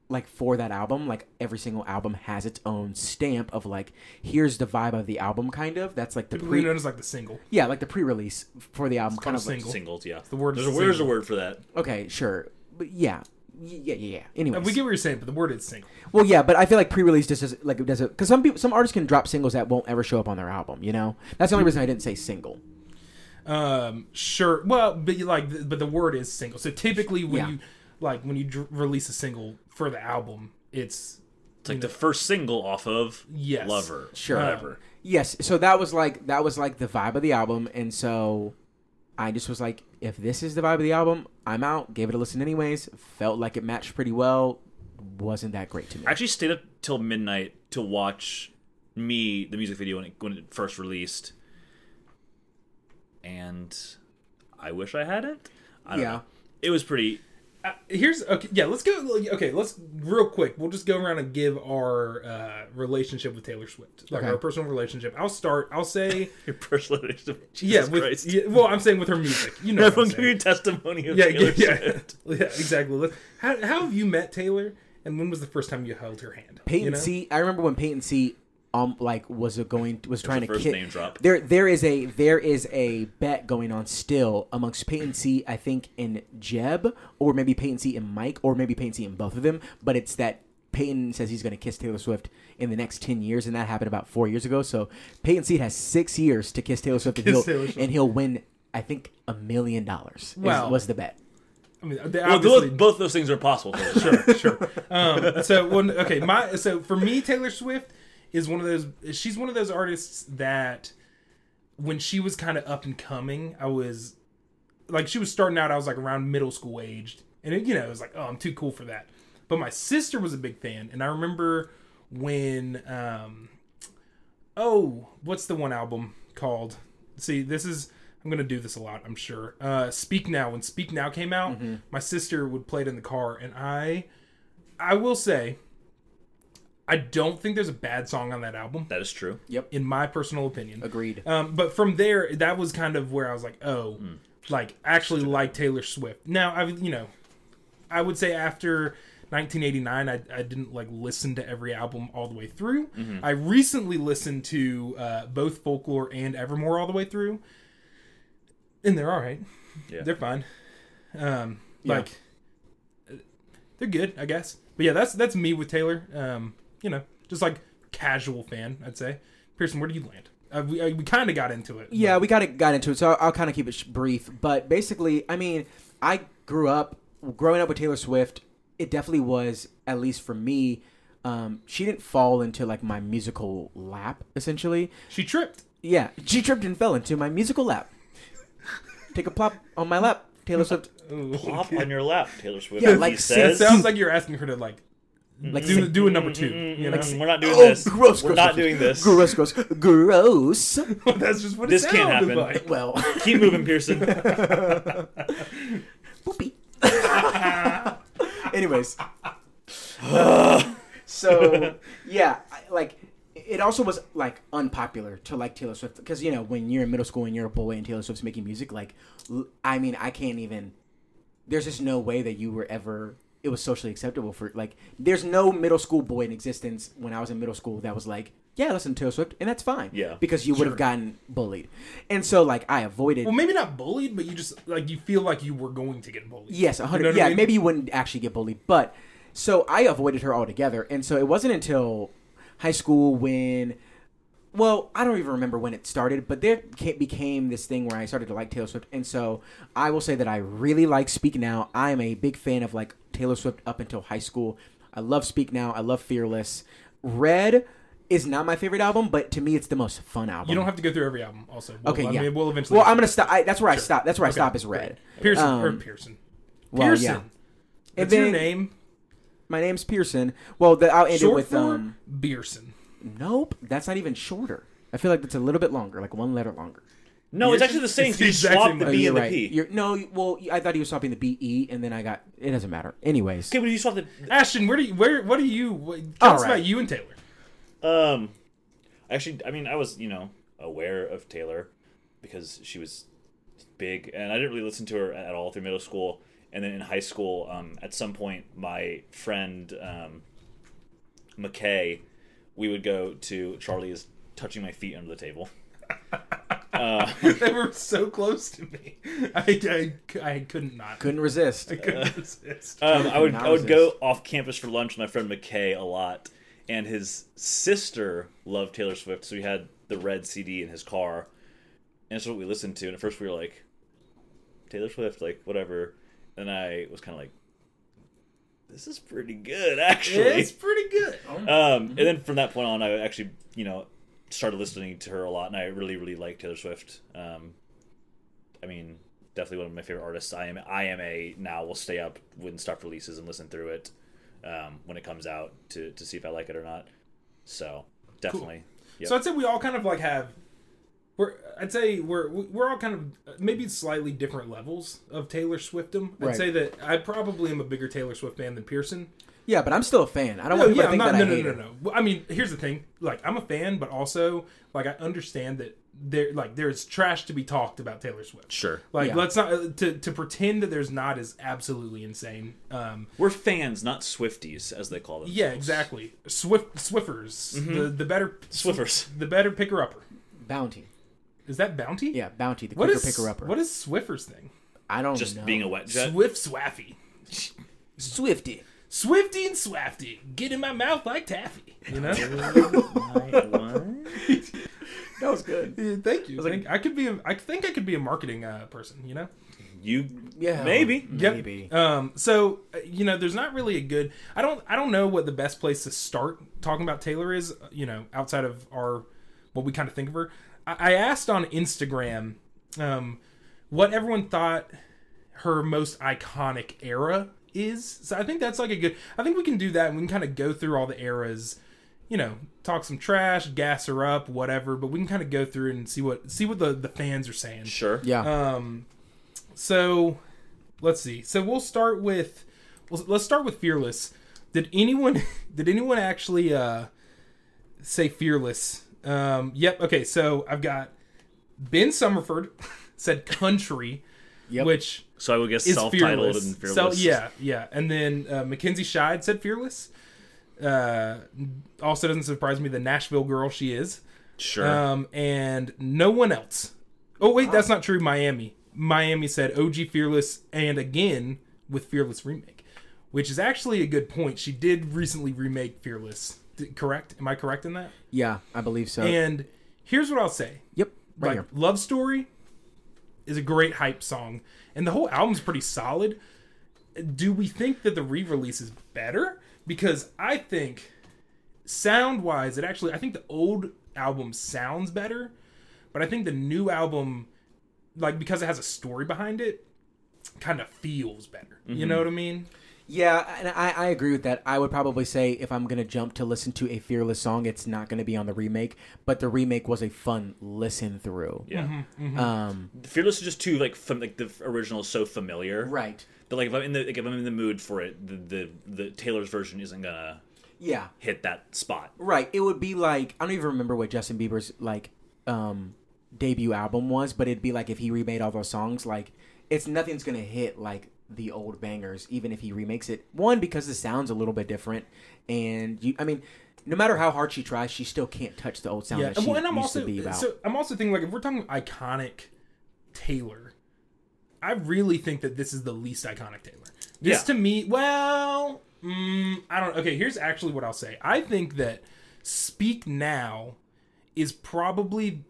[SPEAKER 2] like for that album. Like every single album has its own stamp of like, here's the vibe of the album, kind of. That's like the
[SPEAKER 1] Typically
[SPEAKER 2] pre,
[SPEAKER 1] known as like the single.
[SPEAKER 2] yeah, like the pre-release for the album, kind
[SPEAKER 1] called
[SPEAKER 2] of.
[SPEAKER 1] a
[SPEAKER 2] Like,
[SPEAKER 1] Single.
[SPEAKER 3] Singles, yeah.
[SPEAKER 1] The word is
[SPEAKER 3] there's a, there's a
[SPEAKER 1] single.
[SPEAKER 3] word for that.
[SPEAKER 2] okay, sure, but yeah, Y- yeah, yeah, yeah. Anyway,
[SPEAKER 1] Uh, We get what you're saying, but the word is single.
[SPEAKER 2] Well, yeah, but I feel like pre-release just is, like it doesn't because some people, some artists can drop singles that won't ever show up on their album. You know, that's
[SPEAKER 1] Mm-hmm.
[SPEAKER 2] the only reason I didn't say single.
[SPEAKER 1] Um, sure. Well, but you like, th- but the word is single. So typically, when
[SPEAKER 2] Yeah.
[SPEAKER 1] you like when you dr- release a single for the album, it's
[SPEAKER 3] It's like the first single off of
[SPEAKER 1] Mm. Yes.
[SPEAKER 3] "Lover."
[SPEAKER 2] Sure.
[SPEAKER 3] whatever.
[SPEAKER 2] Yes, so that was like that was like the vibe of the album, and so I just was like, if this is the vibe of the album, I'm out. Gave it a listen anyways. Felt like it matched pretty well. Wasn't that great to me?
[SPEAKER 3] I actually stayed up till midnight to watch me the music video when it, when it first released, and I wish I hadn't. I don't
[SPEAKER 2] Yeah.
[SPEAKER 3] know. It was pretty. <laughs>
[SPEAKER 1] uh, here's okay. Yeah, let's go. like, Okay, let's real quick. We'll just go around and give our uh, relationship with Taylor Swift, like
[SPEAKER 2] Okay.
[SPEAKER 1] our personal relationship. I'll start. I'll
[SPEAKER 3] <laughs>
[SPEAKER 1] say
[SPEAKER 3] Your personal relationship. with
[SPEAKER 1] yeah.
[SPEAKER 3] Jesus
[SPEAKER 1] With
[SPEAKER 3] Christ.
[SPEAKER 1] yeah, well, I'm saying with her music. You know, what I'm
[SPEAKER 3] Everyone give
[SPEAKER 1] saying.
[SPEAKER 3] your testimony of
[SPEAKER 1] yeah,
[SPEAKER 3] Taylor
[SPEAKER 1] yeah, yeah, <laughs>
[SPEAKER 3] Swift.
[SPEAKER 1] yeah, exactly. Let's- How, how have you met Taylor? And when was the first time you held her hand? You
[SPEAKER 2] Peyton
[SPEAKER 1] know?
[SPEAKER 2] C. I remember when Peyton C. Um, like was a going was trying
[SPEAKER 3] the
[SPEAKER 2] to
[SPEAKER 3] first
[SPEAKER 2] ki-
[SPEAKER 3] name drop.
[SPEAKER 2] There, there is a there is a bet going on still amongst Peyton C. I think and Jeb, or maybe Peyton C. and Mike, or maybe Peyton C. and both of them. But it's that Peyton says he's going to kiss Taylor Swift in the next ten years, and that happened about four years ago. So Peyton C. has six years to kiss Taylor Swift, and,
[SPEAKER 1] Kiss
[SPEAKER 2] he'll,
[SPEAKER 1] Taylor Swift.
[SPEAKER 2] and he'll win. I think a million dollars is-
[SPEAKER 1] Wow.
[SPEAKER 2] was the bet.
[SPEAKER 1] I mean, they
[SPEAKER 3] Well,
[SPEAKER 1] obviously-
[SPEAKER 3] both, both those things are possible. Taylor Swift.
[SPEAKER 1] sure. Um, so one, okay, my so for me, Taylor Swift is one of those. She's one of those artists that when she was kind of up and coming, I was like she was starting out. I was like around middle school aged, and it, you know, it was like, oh, I'm too cool for that. But my sister was a big fan, and I remember when. Um, oh, what's the one album called? See, this is I'm gonna do this a lot, I'm sure. Uh, Speak Now. When Speak Now came out, my sister would play it in the car, and I, I will say, I don't think there's a bad song on that album,
[SPEAKER 3] that is true.
[SPEAKER 1] in my personal opinion.
[SPEAKER 2] Agreed.
[SPEAKER 1] Um, but from there, that was kind of where I was like, oh, like I actually like Taylor Swift. Now I, you know, I would say after 1989, I, I didn't like listen to every album all the way through. I recently listened to uh, both Folklore and Evermore all the way through, and they're all right.
[SPEAKER 3] Yeah.
[SPEAKER 1] They're fine. Um,
[SPEAKER 3] Yeah.
[SPEAKER 1] like uh, they're good, I guess. But yeah, that's that's me with Taylor. Um, you know, just like casual fan, I'd say. Pearson, where do you land? Uh, we uh, we kind of got into it.
[SPEAKER 2] Yeah, we kind of got into it, so I'll, I'll kind of keep it sh- brief. But basically, I mean, I grew up growing up with Taylor Swift. It definitely was, at least for me, um, she didn't fall into like my musical lap. Essentially,
[SPEAKER 1] she tripped.
[SPEAKER 2] yeah, she tripped and fell into my musical lap. Take a plop on my lap, Taylor Swift.
[SPEAKER 3] Plop <laughs> on your lap, Taylor Swift.
[SPEAKER 2] Yeah,
[SPEAKER 3] he
[SPEAKER 2] like,
[SPEAKER 1] It
[SPEAKER 3] says. Mm-hmm.
[SPEAKER 1] sounds like you're asking her to like
[SPEAKER 2] Like
[SPEAKER 1] do
[SPEAKER 2] sing-
[SPEAKER 1] do a number two. You know, <laughs>
[SPEAKER 3] Mm, We're not doing
[SPEAKER 2] Oh,
[SPEAKER 3] this.
[SPEAKER 2] gross,
[SPEAKER 3] We're
[SPEAKER 2] gross,
[SPEAKER 3] not
[SPEAKER 2] gross.
[SPEAKER 3] doing this.
[SPEAKER 2] <laughs> gross, gross, gross.
[SPEAKER 1] that's just what
[SPEAKER 3] This
[SPEAKER 1] it
[SPEAKER 3] can't
[SPEAKER 1] sounded
[SPEAKER 3] happen.
[SPEAKER 1] Like.
[SPEAKER 2] Well, <laughs>
[SPEAKER 3] Keep
[SPEAKER 1] <laughs>
[SPEAKER 3] moving, Pearson.
[SPEAKER 2] boopy. Anyways, <sighs> so yeah, I- like it also was like unpopular to like Taylor Swift because you know when you're in middle school and you're a boy and Taylor Swift's making music, like l- I mean I can't even. There's just no way that you were ever. It was socially acceptable for like. There's no middle school boy in existence when I was in middle school that was like, yeah, listen to Taylor Swift and that's fine.
[SPEAKER 3] Yeah.
[SPEAKER 2] because you would have gotten bullied, and so like I avoided.
[SPEAKER 1] Well, maybe not bullied, but you just like you feel like you were going to get bullied.
[SPEAKER 2] Yes, a hundred.
[SPEAKER 1] You know what
[SPEAKER 2] yeah,
[SPEAKER 1] I mean?
[SPEAKER 2] maybe you wouldn't actually get bullied, but so I avoided her altogether, and so it wasn't until high school when, well, I don't even remember when it started, but there ca- became this thing where I started to like Taylor Swift, and so I will say that I really like Speak Now. I am a big fan of like Taylor Swift up until high school. I love Speak Now. I love Fearless. Red is not my favorite album, but to me, it's the most fun album.
[SPEAKER 1] You don't have to go through every album. Also, We'll-
[SPEAKER 2] Okay,
[SPEAKER 1] I
[SPEAKER 2] yeah.
[SPEAKER 1] mean, we'll eventually.
[SPEAKER 2] well, I'm gonna stop. I, that's where I stop. That's where I
[SPEAKER 1] Okay,
[SPEAKER 2] stop. Is Red.
[SPEAKER 1] Pearson
[SPEAKER 2] um,
[SPEAKER 1] or Pearson.
[SPEAKER 2] well,
[SPEAKER 1] Pearson.
[SPEAKER 2] yeah. And
[SPEAKER 1] That's your
[SPEAKER 2] then-
[SPEAKER 1] name.
[SPEAKER 2] My name's Pearson. Well, the, I'll end it
[SPEAKER 1] Short
[SPEAKER 2] with um.
[SPEAKER 1] form Beerson.
[SPEAKER 2] Nope, that's not even shorter. I feel like it's a little bit longer, like one letter longer.
[SPEAKER 3] No, it's actually the same.
[SPEAKER 1] It's
[SPEAKER 3] You
[SPEAKER 1] the
[SPEAKER 3] just
[SPEAKER 1] exact
[SPEAKER 3] swap
[SPEAKER 1] same
[SPEAKER 3] the
[SPEAKER 1] one.
[SPEAKER 3] B
[SPEAKER 2] you're
[SPEAKER 3] and the
[SPEAKER 2] right.
[SPEAKER 3] P.
[SPEAKER 2] You're, no, well, I thought he was swapping the B E, and then I got. It doesn't matter. Anyways,
[SPEAKER 3] Okay, but you swap the
[SPEAKER 1] Ashton, where do you? Where? What do you? What, tell
[SPEAKER 2] All
[SPEAKER 1] us
[SPEAKER 2] right.
[SPEAKER 1] about you and Taylor. <laughs>
[SPEAKER 3] Um, actually, I mean, I was you know aware of Taylor because she was big, and I didn't really listen to her at all through middle school. And then in high school, um, at some point, my friend um, McKay, we would go to Charlie is touching my feet under the table.
[SPEAKER 1] they were so close to me. <laughs> I, I, I couldn't not. <laughs>
[SPEAKER 2] couldn't resist.
[SPEAKER 1] I couldn't resist.
[SPEAKER 3] Um, I would
[SPEAKER 2] Now
[SPEAKER 3] I would
[SPEAKER 2] is
[SPEAKER 3] go off campus for lunch with my friend McKay a lot, and his sister loved Taylor Swift, so he had the red CD in his car, and that's what we listened to. And at first we were like, Taylor Swift, like whatever, and I was kind of like, this is pretty good <laughs> actually.
[SPEAKER 1] it's pretty good.
[SPEAKER 3] Um, And then from that point on, I actually, you know, started listening to her a lot, and I really, really like Taylor Swift. Um, I mean, definitely one of my favorite artists. I am, I am a now will stay up when stuff releases and listen through it um, when it comes out to to see if I like it or not. So definitely, yep.
[SPEAKER 1] So I'd say we all kind of like have. We're, I'd say we're we're all kind of maybe slightly different levels of Taylor Swiftdom. I'd
[SPEAKER 2] Right.
[SPEAKER 1] say that I probably am a bigger Taylor Swift fan than Pearson.
[SPEAKER 2] Yeah, but I'm still a fan. I don't
[SPEAKER 1] No,
[SPEAKER 2] want people
[SPEAKER 1] yeah,
[SPEAKER 2] to think
[SPEAKER 1] I'm not.
[SPEAKER 2] that
[SPEAKER 1] No,
[SPEAKER 2] I
[SPEAKER 1] no,
[SPEAKER 2] hate
[SPEAKER 1] no,
[SPEAKER 2] her.
[SPEAKER 1] no. Well, I mean, here's the thing. Like, I'm a fan, but also, like, I understand that there, like, there's trash to be talked about Taylor Swift.
[SPEAKER 3] Sure.
[SPEAKER 1] Like,
[SPEAKER 2] Yeah.
[SPEAKER 1] let's not uh, to to pretend that there's not is absolutely insane. Um,
[SPEAKER 3] we're fans, not Swifties, as they call them.
[SPEAKER 1] yeah, exactly. Swift Swiffers,
[SPEAKER 2] Mm-hmm.
[SPEAKER 1] the the better
[SPEAKER 3] Swiffers.
[SPEAKER 1] the better picker upper.
[SPEAKER 2] Bounty.
[SPEAKER 1] Is that bounty?
[SPEAKER 2] Yeah, bounty. The
[SPEAKER 1] What
[SPEAKER 2] quicker
[SPEAKER 1] is
[SPEAKER 2] picker upper.
[SPEAKER 1] What is Swiffers thing?
[SPEAKER 2] I don't
[SPEAKER 3] <laughs> Just
[SPEAKER 1] Oh,
[SPEAKER 2] know.
[SPEAKER 3] being a wet jet.
[SPEAKER 1] Swift Swaffy.
[SPEAKER 2] Swifty.
[SPEAKER 1] Swifty and Swafty, get in my mouth like taffy. You
[SPEAKER 2] <laughs>
[SPEAKER 1] know.
[SPEAKER 2] That was good.
[SPEAKER 1] Yeah, Thank you. I,
[SPEAKER 2] like-
[SPEAKER 1] think I could be. A, I think I could be a marketing uh, person. You know.
[SPEAKER 3] you
[SPEAKER 2] Yeah.
[SPEAKER 3] maybe.
[SPEAKER 1] Yep.
[SPEAKER 2] Maybe.
[SPEAKER 1] Um, so uh, you know, there's not really a good. I don't. I don't know what the best place to start talking about Taylor is. uh, You know, outside of our what we kind of think of her. I, I asked on Instagram um, what everyone thought her most iconic era is. So I think that's like a good. I think we can do that, and we can kind of go through all the eras. You know, talk some trash, gas her up, whatever. But we can kind of go through and see what see what the the fans are saying.
[SPEAKER 3] Sure.
[SPEAKER 2] Yeah.
[SPEAKER 1] Um, so let's see. So we'll start with well, let's start with fearless. Did anyone <laughs> did anyone actually uh, say fearless? Um, yep. Okay. So I've got Ben Summerford <laughs> said country,
[SPEAKER 2] Yep.
[SPEAKER 1] which
[SPEAKER 3] So I would guess
[SPEAKER 1] is
[SPEAKER 3] self-titled
[SPEAKER 1] fearless.
[SPEAKER 3] and fearless.
[SPEAKER 1] So yeah, yeah. And then uh, Mackenzie Scheid said fearless. Uh, also doesn't surprise me. The Nashville girl she is.
[SPEAKER 3] Sure.
[SPEAKER 1] Uh, Um, and no one else. Oh wait, that's not true. Miami. Miami said OG Fearless and again with Fearless remake, which is actually a good point. She did recently remake Fearless, d- correct? Am I correct in that?
[SPEAKER 2] Yeah, I believe so.
[SPEAKER 1] And here's what I'll say.
[SPEAKER 2] yep, right
[SPEAKER 1] Like
[SPEAKER 2] here.
[SPEAKER 1] Love Story is a great hype song and the whole album's pretty solid. Do we think that the re-release is better? Because I think sound-wise it actually I think the old album sounds better, but I think the new album like because it has a story behind it kind of feels better. You
[SPEAKER 2] Mm-hmm.
[SPEAKER 1] know what I mean?
[SPEAKER 2] Yeah, and I, I agree with that. I would probably say if I'm gonna jump to listen to a fearless song, it's not gonna be on the remake. But the remake was a fun listen through.
[SPEAKER 3] Yeah,
[SPEAKER 1] Mm-hmm,
[SPEAKER 2] Um,
[SPEAKER 3] Fearless is just too like fam- like the original is so familiar.
[SPEAKER 2] right.
[SPEAKER 3] But like if I'm in the like, if I'm in the mood for it, the, the the Taylor's version isn't gonna
[SPEAKER 2] Yeah.
[SPEAKER 3] hit that spot.
[SPEAKER 2] Right. It would be like I don't even remember what Justin Bieber's like um debut album was, but it'd be like if he remade all those songs, like it's nothing's gonna hit like the old bangers, even if he remakes it. One, because the sound's a little bit different and you I mean, no matter how hard she tries, she still can't touch the old sound that she
[SPEAKER 1] well, and I'm
[SPEAKER 2] used
[SPEAKER 1] also
[SPEAKER 2] to be about.
[SPEAKER 1] so I'm also thinking like if we're talking iconic Taylor, I really think that this is the least iconic Taylor. This
[SPEAKER 3] Yeah.
[SPEAKER 1] to me, well, mm, I don't. Okay, here's actually what I'll say. I think that Speak Now is probably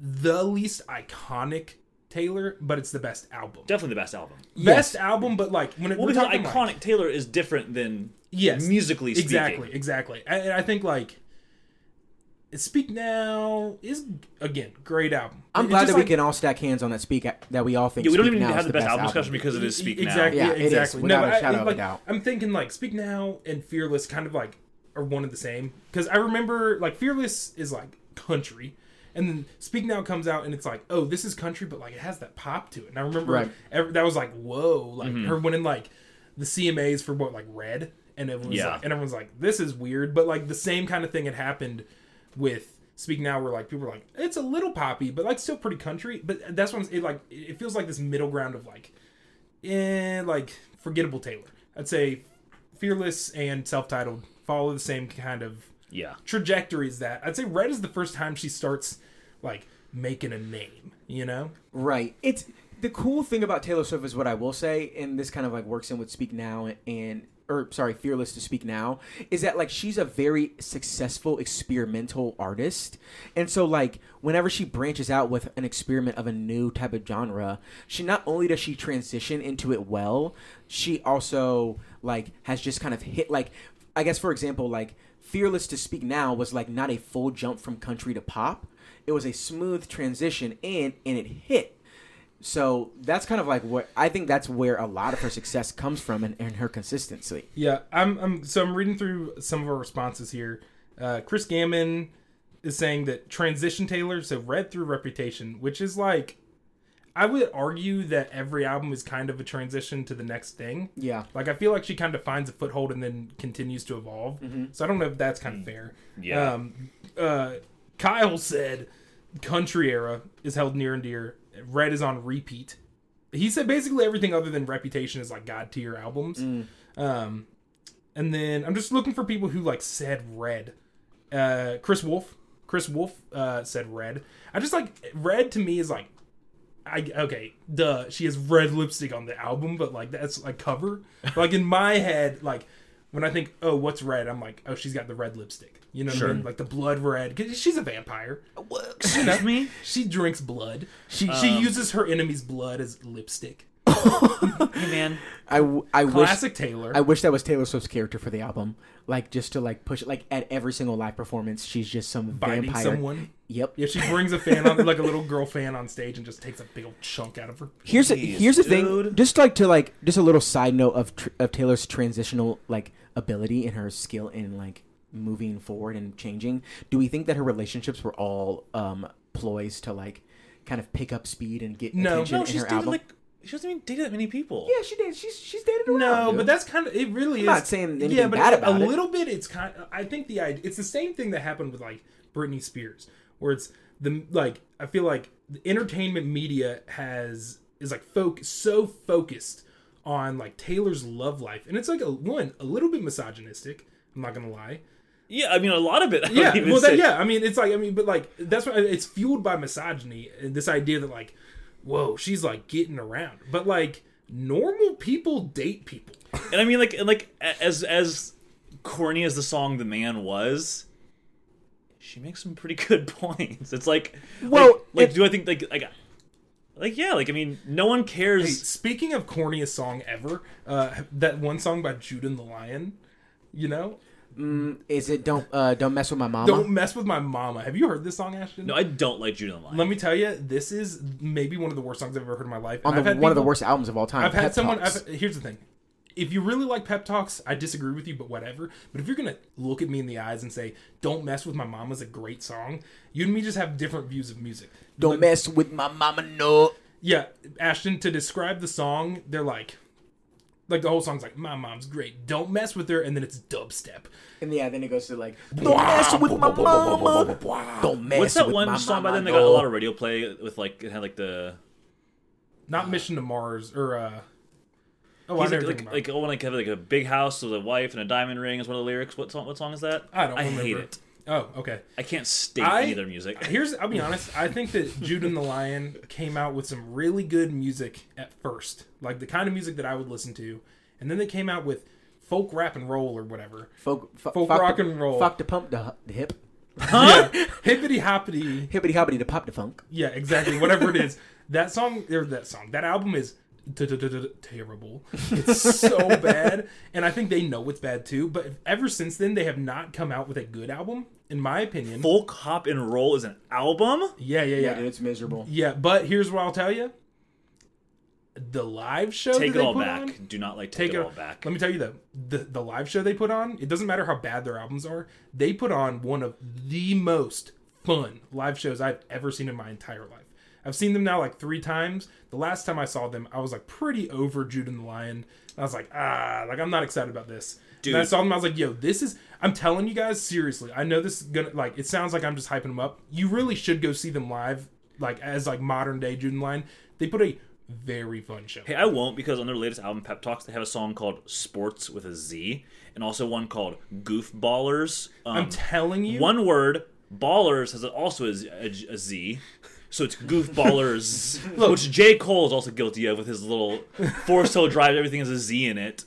[SPEAKER 1] the least iconic Taylor, but it's the best album.
[SPEAKER 3] Definitely the best album.
[SPEAKER 2] Yes.
[SPEAKER 1] Best album, but like when it,
[SPEAKER 3] Well,
[SPEAKER 1] we're
[SPEAKER 3] because
[SPEAKER 1] talking like-
[SPEAKER 3] iconic Taylor is different than
[SPEAKER 1] Yes.
[SPEAKER 3] musically speaking.
[SPEAKER 1] Exactly, exactly. I, and I think like Speak Now is again great album.
[SPEAKER 2] I'm
[SPEAKER 1] It's
[SPEAKER 2] glad
[SPEAKER 1] just
[SPEAKER 2] that
[SPEAKER 1] like-
[SPEAKER 2] we can all stack hands on that speak that we all think.
[SPEAKER 3] Yeah, we don't
[SPEAKER 2] Speak
[SPEAKER 3] even
[SPEAKER 2] Now
[SPEAKER 3] have
[SPEAKER 2] is
[SPEAKER 3] the best album discussion
[SPEAKER 2] album.
[SPEAKER 3] because it is Speak
[SPEAKER 1] E-, exactly,
[SPEAKER 3] Now.
[SPEAKER 2] Yeah, it is,
[SPEAKER 1] exactly.
[SPEAKER 2] without
[SPEAKER 1] but
[SPEAKER 2] a shadow
[SPEAKER 1] I,
[SPEAKER 2] of a
[SPEAKER 1] like,
[SPEAKER 2] doubt.
[SPEAKER 1] I'm thinking like Speak Now and Fearless kind of like are one of the same because I remember like Fearless is like country. And then Speak Now comes out, and it's like, oh, this is country, but like it has that pop to it. And I remember
[SPEAKER 2] Right.
[SPEAKER 1] ev- that was like, whoa, like
[SPEAKER 3] Mm-hmm.
[SPEAKER 1] her winning like the CMAs for what like Red, and it was
[SPEAKER 3] Yeah.
[SPEAKER 1] like, and everyone's like, this is weird, but like the same kind of thing had happened with Speak Now, where like people were like, it's a little poppy, but like still pretty country. But that's when it like it feels like this middle ground of like eh, like forgettable Taylor. I'd say Fearless and self-titled follow the same kind of
[SPEAKER 3] Yeah.
[SPEAKER 1] trajectory as that. I'd say Red is the first time she starts like making a name, you know?
[SPEAKER 2] Right. It's the cool thing about Taylor Swift is what I will say, and this kind of like works in with Speak Now and, and or sorry, Fearless to Speak Now, is that like she's a very successful experimental artist. And so like whenever she branches out with an experiment of a new type of genre, she not only does she transition into it well, she also like has just kind of hit like I guess for example, like Fearless to Speak Now was like not a full jump from country to pop. It was a smooth transition in and it hit. So that's kind of like what I think that's where a lot of her success comes from and, and her consistency.
[SPEAKER 1] Yeah, I'm, I'm so I'm reading through some of our responses here. Uh, Chris Gammon is saying that transition Taylor, so red through reputation, which is like I would argue that every album is kind of a transition to the next thing.
[SPEAKER 2] Yeah.
[SPEAKER 1] Like I feel like she kind of finds a foothold and then continues to evolve. So I don't know if that's kind of fair.
[SPEAKER 3] Yeah.
[SPEAKER 1] Um, uh, Kyle said, "Country era is held near and dear. Red is on repeat." He said basically everything other than Reputation is like god tier albums. Um, and then I'm just looking for people who like said Red. Uh, Chris Wolf. Chris Wolf uh, said Red. I just like Red to me is like I okay, duh. She has red lipstick on the album, but like that's like cover. Like in my head, like when I think, oh, what's red? I'm like, oh, she's got the red lipstick. You know, what I mean? like the blood red because she's a vampire.
[SPEAKER 3] Excuse <laughs> me.
[SPEAKER 1] She drinks blood. She she
[SPEAKER 2] Um,
[SPEAKER 1] uses her enemy's blood as lipstick.
[SPEAKER 3] Hey man.
[SPEAKER 2] I, w- I wish
[SPEAKER 1] Classic Taylor.
[SPEAKER 2] I wish that was Taylor Swift's character for the album, like just to like push like at every single live performance, she's just some
[SPEAKER 1] Binding
[SPEAKER 2] vampire.
[SPEAKER 1] someone.
[SPEAKER 2] Yep.
[SPEAKER 1] Yeah, she brings a fan on like a little girl fan on stage and just takes a big old chunk out
[SPEAKER 2] <laughs>
[SPEAKER 1] of her.
[SPEAKER 2] here's a,
[SPEAKER 3] Jeez,
[SPEAKER 2] here's the thing
[SPEAKER 3] dude.
[SPEAKER 2] just like to like just a little side note of tr- of Taylor's transitional like ability and her skill in like moving forward and changing do we think that her relationships were all um ploys to like kind of pick up speed and get
[SPEAKER 1] No.
[SPEAKER 2] attention
[SPEAKER 1] No,
[SPEAKER 2] in
[SPEAKER 3] No, she's
[SPEAKER 2] her
[SPEAKER 3] dated
[SPEAKER 2] album
[SPEAKER 3] like she doesn't even date that many people.
[SPEAKER 2] yeah she did she's she's dated around,
[SPEAKER 1] No,
[SPEAKER 2] dude.
[SPEAKER 1] but that's kind of it. Really,
[SPEAKER 2] I'm
[SPEAKER 1] is
[SPEAKER 2] not saying anything
[SPEAKER 1] yeah, but
[SPEAKER 2] bad
[SPEAKER 1] a-
[SPEAKER 2] about
[SPEAKER 1] a
[SPEAKER 2] it.
[SPEAKER 1] little bit. It's kind. I think the idea. It's the same thing that happened with like Britney Spears, where it's the like. I feel like the entertainment media has is like folk so focused on like Taylor's love life, and it's like a one a little bit misogynistic. I'm not
[SPEAKER 2] <laughs>
[SPEAKER 1] gonna lie.
[SPEAKER 3] Yeah, I mean a lot of it. I would
[SPEAKER 1] Yeah,
[SPEAKER 3] even
[SPEAKER 1] well, that,
[SPEAKER 3] say.
[SPEAKER 1] yeah. I mean, it's like I mean, but like that's what it's fueled by misogyny and this idea that like whoa, she's like getting around. But like normal people date people.
[SPEAKER 3] And I mean, like, and like a- as as corny as the song "The Man" was, she makes some pretty <laughs> good points. It's like,
[SPEAKER 2] Well,
[SPEAKER 3] like, like,
[SPEAKER 2] if-
[SPEAKER 3] do I think like like like yeah, like I mean, no one
[SPEAKER 1] Hey,
[SPEAKER 3] cares.
[SPEAKER 1] speaking of corniest song ever, uh, that one song by Jude and the Lion, you know,
[SPEAKER 2] Is it don't uh, don't mess with my mama?
[SPEAKER 1] don't mess with my mama. Have you heard this song, Ashton?
[SPEAKER 3] no, I don't like Judah Line.
[SPEAKER 1] Let me tell you, this is maybe one of the worst songs I've ever heard in my life.
[SPEAKER 2] on
[SPEAKER 1] And
[SPEAKER 2] the,
[SPEAKER 1] I've
[SPEAKER 2] one
[SPEAKER 1] had
[SPEAKER 2] of the
[SPEAKER 1] people-
[SPEAKER 2] worst albums of all time.
[SPEAKER 1] I've had
[SPEAKER 2] Pep
[SPEAKER 1] someone.
[SPEAKER 2] Talks.
[SPEAKER 1] I've, here's the thing: if you really like pep talks, I disagree with you, but whatever. But if you're gonna look at me in the eyes and say, "Don't mess with my mama's a great song," you and me just have different views of music.
[SPEAKER 2] don't mess with my mama, no.
[SPEAKER 1] Yeah, Ashton. To describe the song, they're like, like the whole song's like, "My mom's great. Don't mess with her," and then it's dubstep.
[SPEAKER 2] And yeah, then it goes to like don't mess with my mama. Don't mess
[SPEAKER 3] What's that
[SPEAKER 2] with my
[SPEAKER 3] one song by
[SPEAKER 2] mama,
[SPEAKER 3] them that got a
[SPEAKER 2] no.
[SPEAKER 3] lot of radio play with like it had like the
[SPEAKER 1] Not Mission to Mars or uh. Oh, I
[SPEAKER 3] Uh-huh. he's
[SPEAKER 1] never
[SPEAKER 3] like
[SPEAKER 1] think
[SPEAKER 3] like,
[SPEAKER 1] about it.
[SPEAKER 3] like oh like have like a big house with a wife and a diamond ring is one of the lyrics. What song? What song is that?
[SPEAKER 1] I don't remember.
[SPEAKER 3] hate it.
[SPEAKER 1] Oh, okay.
[SPEAKER 3] I can't stand
[SPEAKER 1] I-
[SPEAKER 3] any of their music.
[SPEAKER 1] Here's I'll
[SPEAKER 3] <laughs>
[SPEAKER 1] be honest, I think that Jude and the Lion came out with some really good music at first. Like the kind of music that I would listen to. And then they came out with folk rap and roll or whatever.
[SPEAKER 2] folk, fu-
[SPEAKER 1] Folk
[SPEAKER 2] fuck
[SPEAKER 1] rock
[SPEAKER 2] the-
[SPEAKER 1] and roll.
[SPEAKER 2] Fuck the pump, the, hu- the hip,
[SPEAKER 1] Yeah. Hippity hoppity.
[SPEAKER 2] hippity hoppity, the pop, the funk.
[SPEAKER 1] Yeah, exactly. Whatever it is.
[SPEAKER 3] <laughs>
[SPEAKER 1] That song or that song. That album is terrible. It's so
[SPEAKER 3] <laughs>
[SPEAKER 1] bad. And I think they know it's bad too. But ever since then they have not come out with a good album, in my opinion.
[SPEAKER 3] Folk Hop and Roll is an album.
[SPEAKER 1] Yeah, yeah, yeah.
[SPEAKER 2] it's miserable.
[SPEAKER 1] Yeah, but here's what I'll tell you: the live show
[SPEAKER 3] Take
[SPEAKER 1] that
[SPEAKER 3] it
[SPEAKER 1] they
[SPEAKER 3] all
[SPEAKER 1] put
[SPEAKER 3] back.
[SPEAKER 1] on-
[SPEAKER 3] Do not like take,
[SPEAKER 1] take
[SPEAKER 3] it, all back.
[SPEAKER 1] Let me tell you though, the the live show they put on. It doesn't matter how bad their albums are. They put on one of the most fun live shows I've ever seen in my entire life. I've seen them now like three times. The last time I saw them, I was like pretty over Jude and the Lion. I was like, ah, like I'm not excited about this. Dude. And I
[SPEAKER 3] Dude.
[SPEAKER 1] saw them. I was like, yo, this is. I'm telling you guys seriously. I know this is gonna like. It sounds like I'm just hyping them up. You really should go see them live, like as like modern day Jude and the Lion. They put a very fun show.
[SPEAKER 3] Hey, I won't because on their latest album, Pep Talks, they have a song called "Sports" with a Z, and also one called "Goofballers." Um,
[SPEAKER 1] I'm telling you,
[SPEAKER 3] one word. Ballers has also a Z, a J- a Z, so
[SPEAKER 1] <laughs>
[SPEAKER 3] it's goofballers, which J Cole is also guilty of with his little four-cell drive. Everything has a Z in it.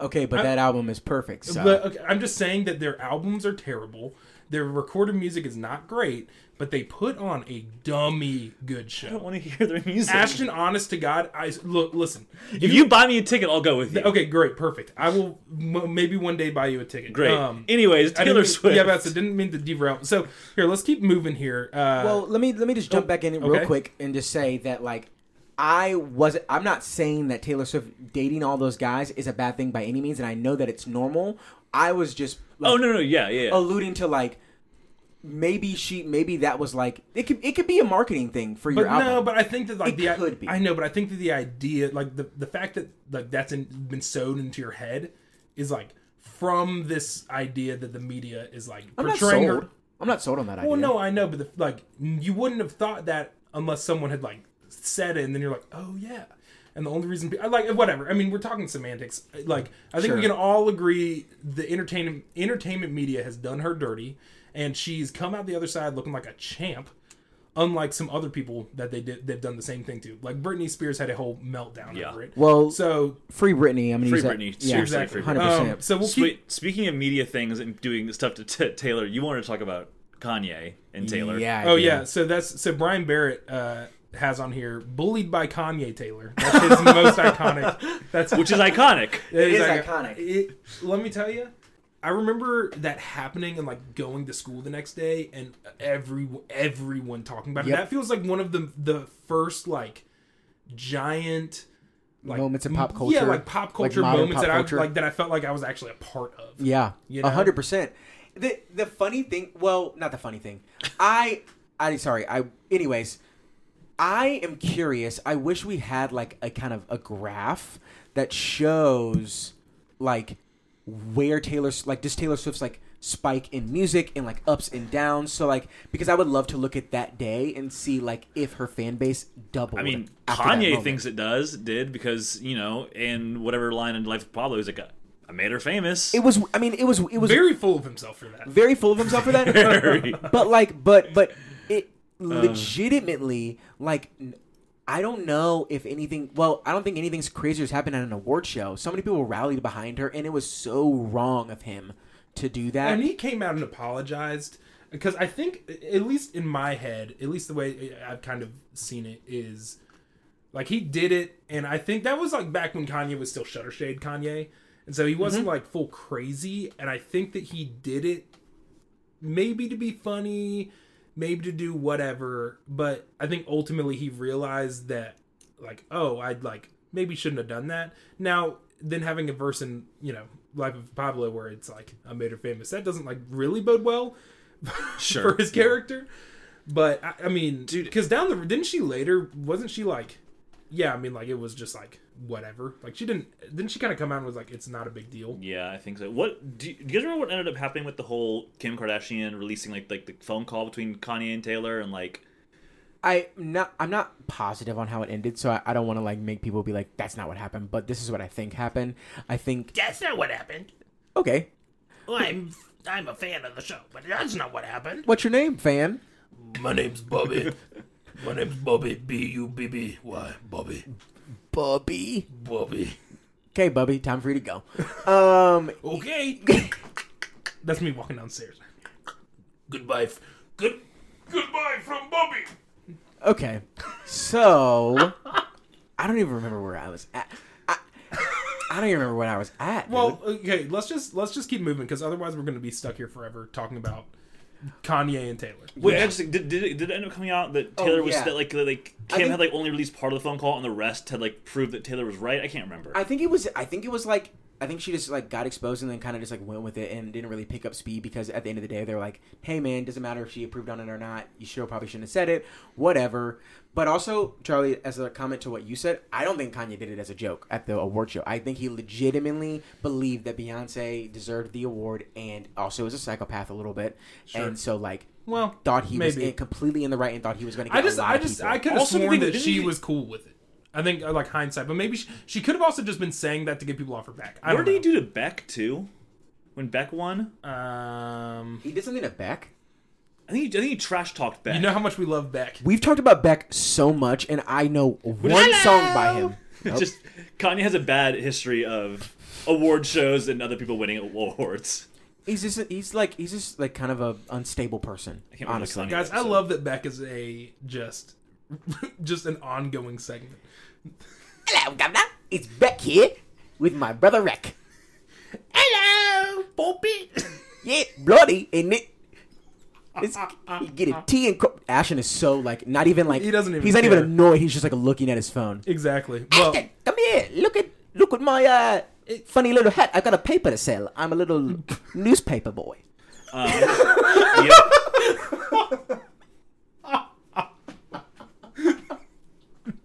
[SPEAKER 2] Okay, but that album is perfect. So.
[SPEAKER 1] But okay, I'm just saying that their albums are terrible. Their recorded music is not great, but they put on a dummy good
[SPEAKER 3] I don't
[SPEAKER 1] show.
[SPEAKER 3] want to hear their music.
[SPEAKER 1] Ashton, honest to God, I look listen.
[SPEAKER 3] if you buy me a ticket, I'll go with you.
[SPEAKER 1] Okay, great, perfect. I will m- maybe one day buy you a ticket. Um,
[SPEAKER 3] Great.
[SPEAKER 2] <laughs>
[SPEAKER 3] Anyways,
[SPEAKER 1] I didn't
[SPEAKER 3] Taylor
[SPEAKER 1] mean-
[SPEAKER 3] Swift.
[SPEAKER 1] Yeah, that's it. Didn't mean to derail. So here, let's keep moving here. Uh,
[SPEAKER 2] well, let me let me just jump back in real
[SPEAKER 1] okay.
[SPEAKER 2] quick and just say that like I wasn't. I'm not saying that Taylor Swift dating all those guys is a bad thing by any means, and I know that it's normal. I was just like,
[SPEAKER 3] Oh no, no, yeah, yeah. yeah.
[SPEAKER 2] alluding to like maybe she maybe that was like it could it could be a marketing thing for your
[SPEAKER 1] But
[SPEAKER 2] album.
[SPEAKER 1] no, but I think that like
[SPEAKER 2] It
[SPEAKER 1] the
[SPEAKER 2] could be.
[SPEAKER 1] I know, but I think that the idea, like the the fact that like that's in, been sewed into your head, is like from this idea that the media is like
[SPEAKER 2] I'm not
[SPEAKER 1] portraying.
[SPEAKER 2] sold.
[SPEAKER 1] her-
[SPEAKER 2] I'm not sold on that idea.
[SPEAKER 1] Well, no, I know, but the, like you wouldn't have thought that unless someone had like said it, and then you're like, oh yeah. And the only reason, I like whatever. I mean, we're talking semantics. Like, I think we
[SPEAKER 2] Sure.
[SPEAKER 1] can all agree the entertainment entertainment media has done her dirty, and she's come out the other side looking like a champ. Unlike some other people that they did, they've done the same thing to. Like Britney Spears had a whole meltdown
[SPEAKER 3] Yeah.
[SPEAKER 1] over it.
[SPEAKER 2] Well-
[SPEAKER 1] so
[SPEAKER 2] Free Britney. I mean,
[SPEAKER 3] Free
[SPEAKER 2] he's a-
[SPEAKER 3] Britney.
[SPEAKER 2] Yeah,
[SPEAKER 3] Seriously,
[SPEAKER 1] exactly.
[SPEAKER 3] free Britney.
[SPEAKER 2] hundred
[SPEAKER 1] Um,
[SPEAKER 2] percent.
[SPEAKER 1] so we'll keep
[SPEAKER 3] Sweet. Speaking of media things and doing stuff to t- Taylor, you wanted to talk about Kanye and Taylor.
[SPEAKER 2] Yeah. I
[SPEAKER 1] Oh
[SPEAKER 2] do.
[SPEAKER 1] yeah, so that's so Brian Barrett uh, has on here bullied by Kanye Taylor. That's his most iconic. That's <laughs>
[SPEAKER 3] Which is <laughs> iconic.
[SPEAKER 1] it
[SPEAKER 2] is
[SPEAKER 1] ic-
[SPEAKER 2] iconic.
[SPEAKER 1] It, let me tell you, I remember that happening and like going to school the next day and every everyone talking about
[SPEAKER 2] Yep.
[SPEAKER 1] it. That feels like one of the the first like giant like
[SPEAKER 2] Moments in pop
[SPEAKER 1] Yeah,
[SPEAKER 2] culture.
[SPEAKER 1] like pop
[SPEAKER 2] Like
[SPEAKER 1] culture
[SPEAKER 2] modern
[SPEAKER 1] moments
[SPEAKER 2] pop
[SPEAKER 1] that
[SPEAKER 2] culture.
[SPEAKER 1] I like that I felt like I was actually a part of.
[SPEAKER 2] Yeah,
[SPEAKER 1] You
[SPEAKER 2] a
[SPEAKER 1] know?
[SPEAKER 2] hundred percent. The the funny thing, well, not the funny thing. I I sorry. I anyways, I am curious. I wish we had like a kind of a graph that shows like where Taylor's like just Taylor Swift's like spike in music and like ups and downs. So like because I would love to look at that day and see like if her fan base doubled.
[SPEAKER 3] I mean,
[SPEAKER 2] after that
[SPEAKER 3] Kanye
[SPEAKER 2] moment.
[SPEAKER 3] thinks it does, did, because, you know, in whatever line in Life of Pablo, he's like, I made her <laughs> famous.
[SPEAKER 2] it was. I mean, it was. It was
[SPEAKER 1] Very full of himself for that.
[SPEAKER 2] very full of himself for that.
[SPEAKER 3] <laughs> Very.
[SPEAKER 2] but like, but but it legitimately like. n- I don't know if anything. Well, I don't think anything's crazier has happened at an award show. So many people rallied behind her, and it was so wrong of him to do that.
[SPEAKER 1] and he came out and apologized because I think, at least in my head, at least the way I've kind of seen it is, like he did it, and I think that was like back when Kanye was still Shuttershade Kanye, and so he wasn't like full crazy, and I think that he did it maybe to be funny, maybe to do whatever, but I think ultimately he realized that like oh I'd like maybe shouldn't have done that. Now then having a verse in you know Life of Pablo where it's like I made her famous that doesn't like really bode well
[SPEAKER 3] Sure.
[SPEAKER 1] for his character. But I, I mean,
[SPEAKER 3] Dude.
[SPEAKER 1] because down the didn't she later wasn't she like yeah I mean like it was just like whatever like she didn't didn't she kind of come out and was like it's not a big deal.
[SPEAKER 3] Yeah, I think so. What do you, do you guys remember what ended up happening with the whole Kim Kardashian releasing like like the phone call between Kanye and Taylor and like
[SPEAKER 2] I not I'm not positive on how it ended, so I, I don't want to like make people be like that's not what happened, but this is what I think happened. I think
[SPEAKER 4] That's not what happened.
[SPEAKER 2] okay.
[SPEAKER 4] Well,
[SPEAKER 3] <laughs>
[SPEAKER 4] I'm I'm a fan of the show, but that's not what happened.
[SPEAKER 2] What's your name, fan?
[SPEAKER 4] My name's Bobby. My name's Bobby. B U B B Y. Bobby.
[SPEAKER 2] Bubby.
[SPEAKER 4] Bobby.
[SPEAKER 2] Okay, Bubby, time for you to go. <laughs> Um
[SPEAKER 4] Okay.
[SPEAKER 1] That's me walking downstairs.
[SPEAKER 4] Goodbye. f- Good. Goodbye from Bobby.
[SPEAKER 2] okay. So I don't even remember where I was at. I, I don't even remember where I was at. dude.
[SPEAKER 1] Well, okay, let's just let's just keep moving because otherwise we're going to be stuck here forever talking about Kanye and Taylor.
[SPEAKER 3] wait, I just did, did it, did it end up coming out that Taylor was
[SPEAKER 2] Oh, yeah.
[SPEAKER 3] that like that, like Kim
[SPEAKER 2] think-
[SPEAKER 3] had like only released part of the phone call and the rest had like proved that Taylor was right. I can't remember.
[SPEAKER 2] I think it was. I think it was like. I think she just like got exposed and then kind of just like went with it and didn't really pick up speed because at the end of the day they're like, hey man, doesn't matter if she approved on it or not. You sure probably shouldn't have said it. Whatever. But also, Charlie, as a comment to what you said, I don't think Kanye did it as a joke at the award show. I think he legitimately believed that Beyonce deserved the award and also is a psychopath a little bit, and so like
[SPEAKER 1] Well,
[SPEAKER 2] thought he was
[SPEAKER 1] maybe.
[SPEAKER 2] in, completely in the right and thought he was going to.
[SPEAKER 1] I just I just I could have
[SPEAKER 3] Also, the
[SPEAKER 1] sworn
[SPEAKER 3] thing-
[SPEAKER 1] that
[SPEAKER 3] didn't
[SPEAKER 1] she
[SPEAKER 3] he-
[SPEAKER 1] was cool with it. I think uh, like hindsight, but maybe she, she could have also just been saying that to get people off her back. I
[SPEAKER 3] what
[SPEAKER 1] don't
[SPEAKER 3] did he
[SPEAKER 1] know.
[SPEAKER 3] do to Beck too? When Beck won, Uh,
[SPEAKER 1] Um,
[SPEAKER 2] he did something to Beck.
[SPEAKER 3] I think he, I think he trash talked Beck.
[SPEAKER 1] you know how much we love Beck.
[SPEAKER 2] We've talked about Beck so much, and I know one song by him. Nope.
[SPEAKER 3] just Kanye has a bad history of award shows and other people winning awards.
[SPEAKER 2] he's just he's like he's just like kind of a unstable person.
[SPEAKER 3] I can't remember
[SPEAKER 2] honestly,
[SPEAKER 3] Kanye.
[SPEAKER 1] Guys, I
[SPEAKER 3] So-
[SPEAKER 1] love that Beck is a just <laughs> just an ongoing segment.
[SPEAKER 2] hello, governor. It's Beck here with my brother Rick.
[SPEAKER 4] Hello,
[SPEAKER 3] <laughs>
[SPEAKER 4] Bobby.
[SPEAKER 2] Yeah, bloody, isn't it?
[SPEAKER 1] <laughs>
[SPEAKER 2] It's, you get a tea and co- Ashton is so like not even like
[SPEAKER 1] He doesn't even
[SPEAKER 2] he's not
[SPEAKER 1] care.
[SPEAKER 2] even annoyed. He's just like looking at his phone.
[SPEAKER 1] Exactly. Well,
[SPEAKER 2] Ashton, come here. Look at look at my uh funny little hat. I've got a paper to sell. I'm a <laughs> little newspaper boy.
[SPEAKER 3] Um, Yep.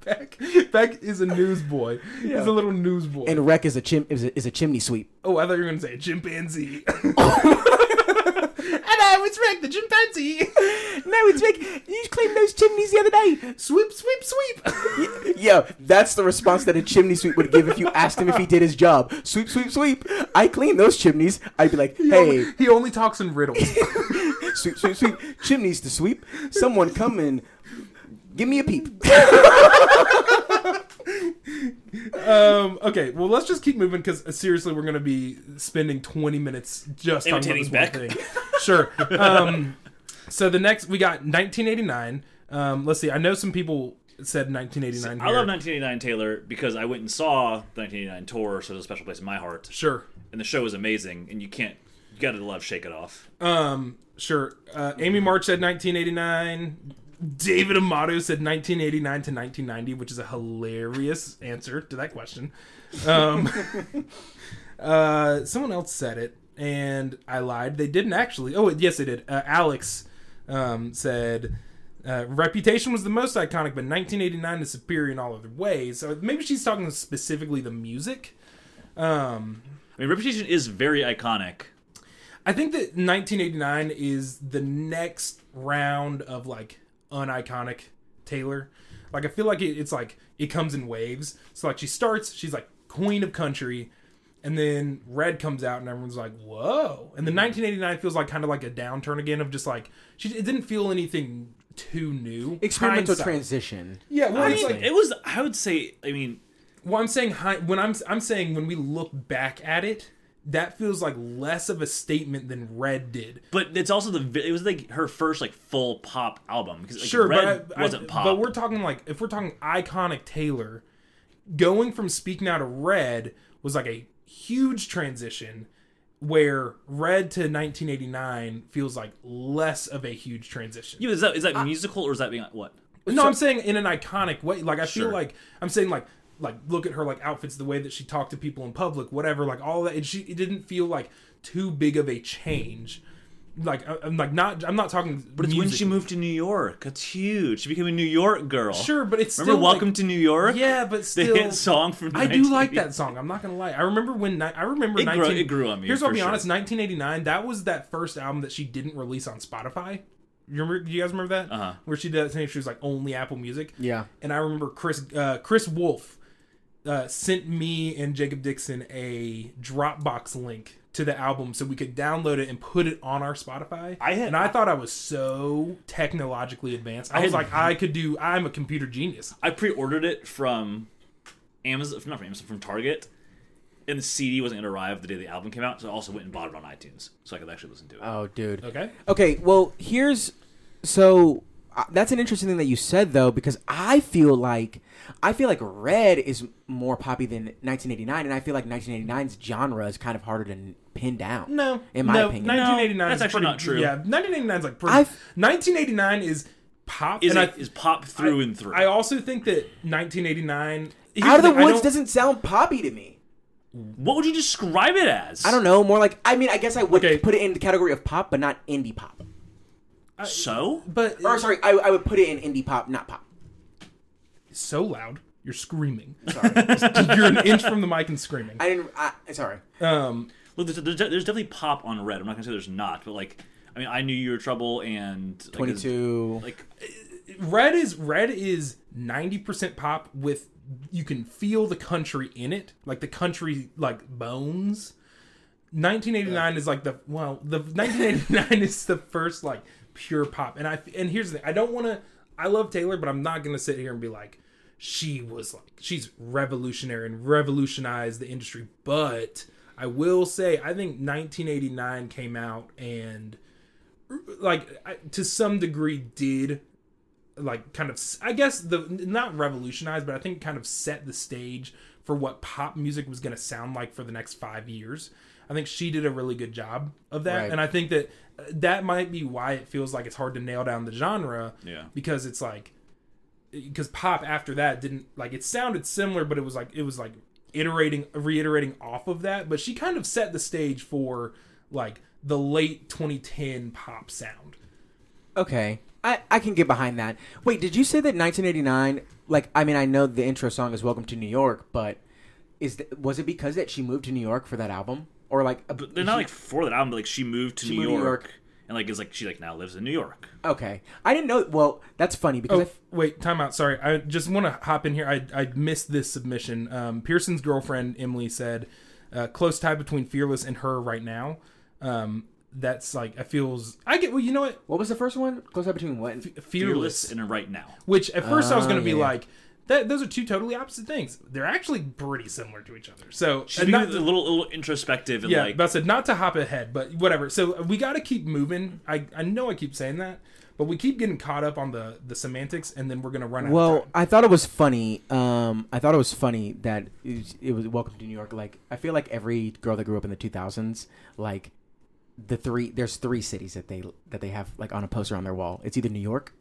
[SPEAKER 1] Beck Beck is a newsboy. He's a little newsboy.
[SPEAKER 2] And Rec is a chim is a, is a chimney sweep.
[SPEAKER 1] Oh, I thought you were gonna say chimpanzee. <laughs> and I was Rick, the chimpanzee.
[SPEAKER 2] No, it's Rick. You claimed those chimneys the other day.
[SPEAKER 1] sweep, sweep, sweep.
[SPEAKER 2] Yo, that's the response that a chimney sweep would give if you asked him if he did his job. Sweep, sweep, sweep. I clean those chimneys. I'd be like, hey,
[SPEAKER 1] he only talks in <laughs> riddles.
[SPEAKER 2] sweep, sweep, sweep. Chimneys to sweep. Someone come and give me a <laughs> peep.
[SPEAKER 1] um, okay, well, let's just keep moving because seriously, we're gonna be spending twenty minutes just talking about
[SPEAKER 3] Imitating
[SPEAKER 1] this one
[SPEAKER 3] Beck.
[SPEAKER 1] thing. Sure. Um, so the next we got 1989. Um, let's see. I know some people said 1989.
[SPEAKER 3] I
[SPEAKER 1] here.
[SPEAKER 3] love 1989 Taylor because I went and saw the 1989 tour, so there's a special place in my heart.
[SPEAKER 1] Sure.
[SPEAKER 3] And the show was amazing, and you can't, you gotta love Shake It Off.
[SPEAKER 1] Um, sure. Uh, Amy March said 1989. David Amato said 1989 to 1990, which is a hilarious answer to that question. Um, <laughs> uh, someone else said it, and I lied. They didn't actually. Oh, yes, they did. Uh, Alex um, said. Uh, Reputation was the most iconic, but 1989 is superior in all other ways. So maybe she's talking specifically the music. Um,
[SPEAKER 3] I mean, Reputation is very iconic.
[SPEAKER 1] I think that 1989 is the next round of like uniconic Taylor. Like I feel like it, it's like it comes in waves. So like she starts, she's like queen of country, and then Red comes out, and everyone's like,
[SPEAKER 3] Mm-hmm.
[SPEAKER 1] "Whoa!" And then 1989 feels like kind of like a downturn again of just like she. It didn't feel anything too new.
[SPEAKER 2] Experimental
[SPEAKER 1] Hindsight.
[SPEAKER 2] transition.
[SPEAKER 1] Yeah, well,
[SPEAKER 3] I
[SPEAKER 1] it's
[SPEAKER 3] mean,
[SPEAKER 1] like,
[SPEAKER 3] it was. I would say. I mean,
[SPEAKER 1] well, I'm saying hi- when I'm I'm saying when we look back at it, that feels like less of a statement than Red did.
[SPEAKER 3] but it's also the. vi- It was like her first like full pop album because like,
[SPEAKER 1] sure,
[SPEAKER 3] Red
[SPEAKER 1] but I, I-
[SPEAKER 3] wasn't pop.
[SPEAKER 1] But we're talking like if we're talking iconic Taylor, going from Speak Now to Red was like a huge transition, where Red to 1989 feels like less of a huge transition.
[SPEAKER 3] Yeah, is that is that musical or is that being like, what?
[SPEAKER 1] no, I'm saying in an iconic way. Like I feel
[SPEAKER 3] Sure.
[SPEAKER 1] like I'm saying like like look at her like outfits, the way that she talked to people in public, whatever, like all that. And she it didn't feel like too big of a change. Like I- I'm like not I'm not talking.
[SPEAKER 3] But it's when she moved to New York. That's huge. She became a New York girl.
[SPEAKER 1] Sure, but it's
[SPEAKER 3] Remember
[SPEAKER 1] still
[SPEAKER 3] Welcome
[SPEAKER 1] like-
[SPEAKER 3] to New York?
[SPEAKER 1] Yeah,
[SPEAKER 3] <laughs>
[SPEAKER 1] but
[SPEAKER 3] The
[SPEAKER 1] still,
[SPEAKER 3] hit song from.
[SPEAKER 1] I do like
[SPEAKER 3] 1980.
[SPEAKER 1] that song. I'm not gonna lie. I remember when ni- I remember
[SPEAKER 3] It grew-
[SPEAKER 1] 19
[SPEAKER 3] it grew on me,
[SPEAKER 1] Here's I'll
[SPEAKER 3] for
[SPEAKER 1] be
[SPEAKER 3] sure.
[SPEAKER 1] honest. 1989. That was that first album that she didn't release on Spotify. You remember? Do you guys remember that?
[SPEAKER 3] Uh-huh.
[SPEAKER 1] Where she did that thing. She was like only Apple Music.
[SPEAKER 2] Yeah.
[SPEAKER 1] And I remember Chris uh, Chris Wolf uh, sent me and Jacob Dixon a Dropbox link to the album so we could download it and put it on our Spotify.
[SPEAKER 3] I had-
[SPEAKER 1] and I thought I was so technologically advanced. I,
[SPEAKER 3] I
[SPEAKER 1] was
[SPEAKER 3] had-
[SPEAKER 1] like, I could do. I'm a computer genius.
[SPEAKER 3] I pre-ordered it from Amazon, not from Amazon, from Target, and the CD wasn't going to arrive the day the album came out, so I also went and bought it on iTunes, so I could actually listen to it.
[SPEAKER 2] Oh, dude.
[SPEAKER 1] Okay.
[SPEAKER 2] Okay, well, here's so uh, that's an interesting thing that you said though because I feel like I feel like Red is more poppy than 1989 and I feel like 1989's genre is kind of harder to n- pin down.
[SPEAKER 1] No,
[SPEAKER 2] in my
[SPEAKER 1] no,
[SPEAKER 2] opinion.
[SPEAKER 1] 1989
[SPEAKER 3] No,
[SPEAKER 1] is
[SPEAKER 3] that's actually
[SPEAKER 1] pretty-
[SPEAKER 3] not true.
[SPEAKER 1] Yeah, 1989 is like pretty.
[SPEAKER 2] I've-
[SPEAKER 1] 1989 is pop.
[SPEAKER 3] is,
[SPEAKER 1] and
[SPEAKER 3] it,
[SPEAKER 1] I,
[SPEAKER 3] is pop through and through?
[SPEAKER 1] I also think that 1989
[SPEAKER 2] Out of the
[SPEAKER 1] I
[SPEAKER 2] Woods
[SPEAKER 1] don't-
[SPEAKER 2] doesn't sound poppy to me.
[SPEAKER 3] what would you describe it as?
[SPEAKER 2] I don't know, more like I mean, I guess I would
[SPEAKER 1] Okay.
[SPEAKER 2] put it in the category of pop but not indie pop.
[SPEAKER 3] So
[SPEAKER 1] But
[SPEAKER 2] Or sorry, I, I would put it in indie pop, not pop.
[SPEAKER 1] it's so loud, you're screaming. Sorry, <laughs> you're an inch from the mic and screaming.
[SPEAKER 2] I didn't I, sorry.
[SPEAKER 1] Um,
[SPEAKER 3] look, there's, there's, there's definitely pop on Red. I'm not going to say there's not, but like, I mean, I knew you were trouble and like,
[SPEAKER 2] 22
[SPEAKER 3] Like,
[SPEAKER 1] red is red is 90 percent pop with you can feel the country in it, like the country like bones. 1989 is like the well, the <laughs> 1989 is the first like pure pop, and I and here's the thing, I don't want to. I love Taylor, but I'm not gonna sit here and be like she was like she's revolutionary and revolutionized the industry. But I will say, I think 1989 came out and like I, to some degree did like kind of I guess the not revolutionized, but I think kind of set the stage for what pop music was going to sound like for the next five years. I think she did a really good job of that,
[SPEAKER 2] Right.
[SPEAKER 1] and I think that uh, that might be why it feels like it's hard to nail down the genre.
[SPEAKER 3] Yeah.
[SPEAKER 1] because it's like because pop after that didn't like it sounded similar, but it was like it was like iterating, reiterating off of that. But she kind of set the stage for like the late 2010 pop sound.
[SPEAKER 2] Okay. I, I can get behind that. Wait, did you say that 1989? Like, I mean, I know the intro song is "Welcome to New York," but is th- was it because that she moved to New York for that album, or like? a-
[SPEAKER 3] but they're not like for that album. But like, she moved to
[SPEAKER 2] She moved
[SPEAKER 3] New
[SPEAKER 2] to
[SPEAKER 3] York,
[SPEAKER 2] New
[SPEAKER 3] and like, is like she like now lives in New York.
[SPEAKER 2] okay, I didn't know. Well, that's funny because I
[SPEAKER 1] Oh,
[SPEAKER 2] f-
[SPEAKER 1] wait, time out. Sorry. I just want to hop in here. I, I missed this submission. Um, Pearson's girlfriend, Emily, said, uh, close tie between Fearless and her right now. Um, that's like, I feels, I get, well, you know what?
[SPEAKER 2] what was the first one? Close up between what? and-
[SPEAKER 1] Fearless.
[SPEAKER 3] Fearless and right now.
[SPEAKER 1] Which at first I was
[SPEAKER 2] Ah,
[SPEAKER 1] going to be
[SPEAKER 2] yeah.
[SPEAKER 1] like, that, those are two totally opposite things. They're actually pretty similar to each other. So,
[SPEAKER 3] She's
[SPEAKER 1] and
[SPEAKER 3] being a
[SPEAKER 1] not,
[SPEAKER 3] little, little introspective and
[SPEAKER 1] yeah,
[SPEAKER 3] like,
[SPEAKER 1] but I said not to hop ahead, but whatever. So we got to keep moving. I, I know I keep saying that, but we keep getting caught up on the, the semantics and then we're going to run out of
[SPEAKER 2] Well,
[SPEAKER 1] time.
[SPEAKER 2] I thought it was funny. Um, I thought it was funny that it was, it was "Welcome to New York." Like, I feel like every girl that grew up in the 2000s, like the three, there's three cities that they that they have like on a poster on their wall. It's either New York,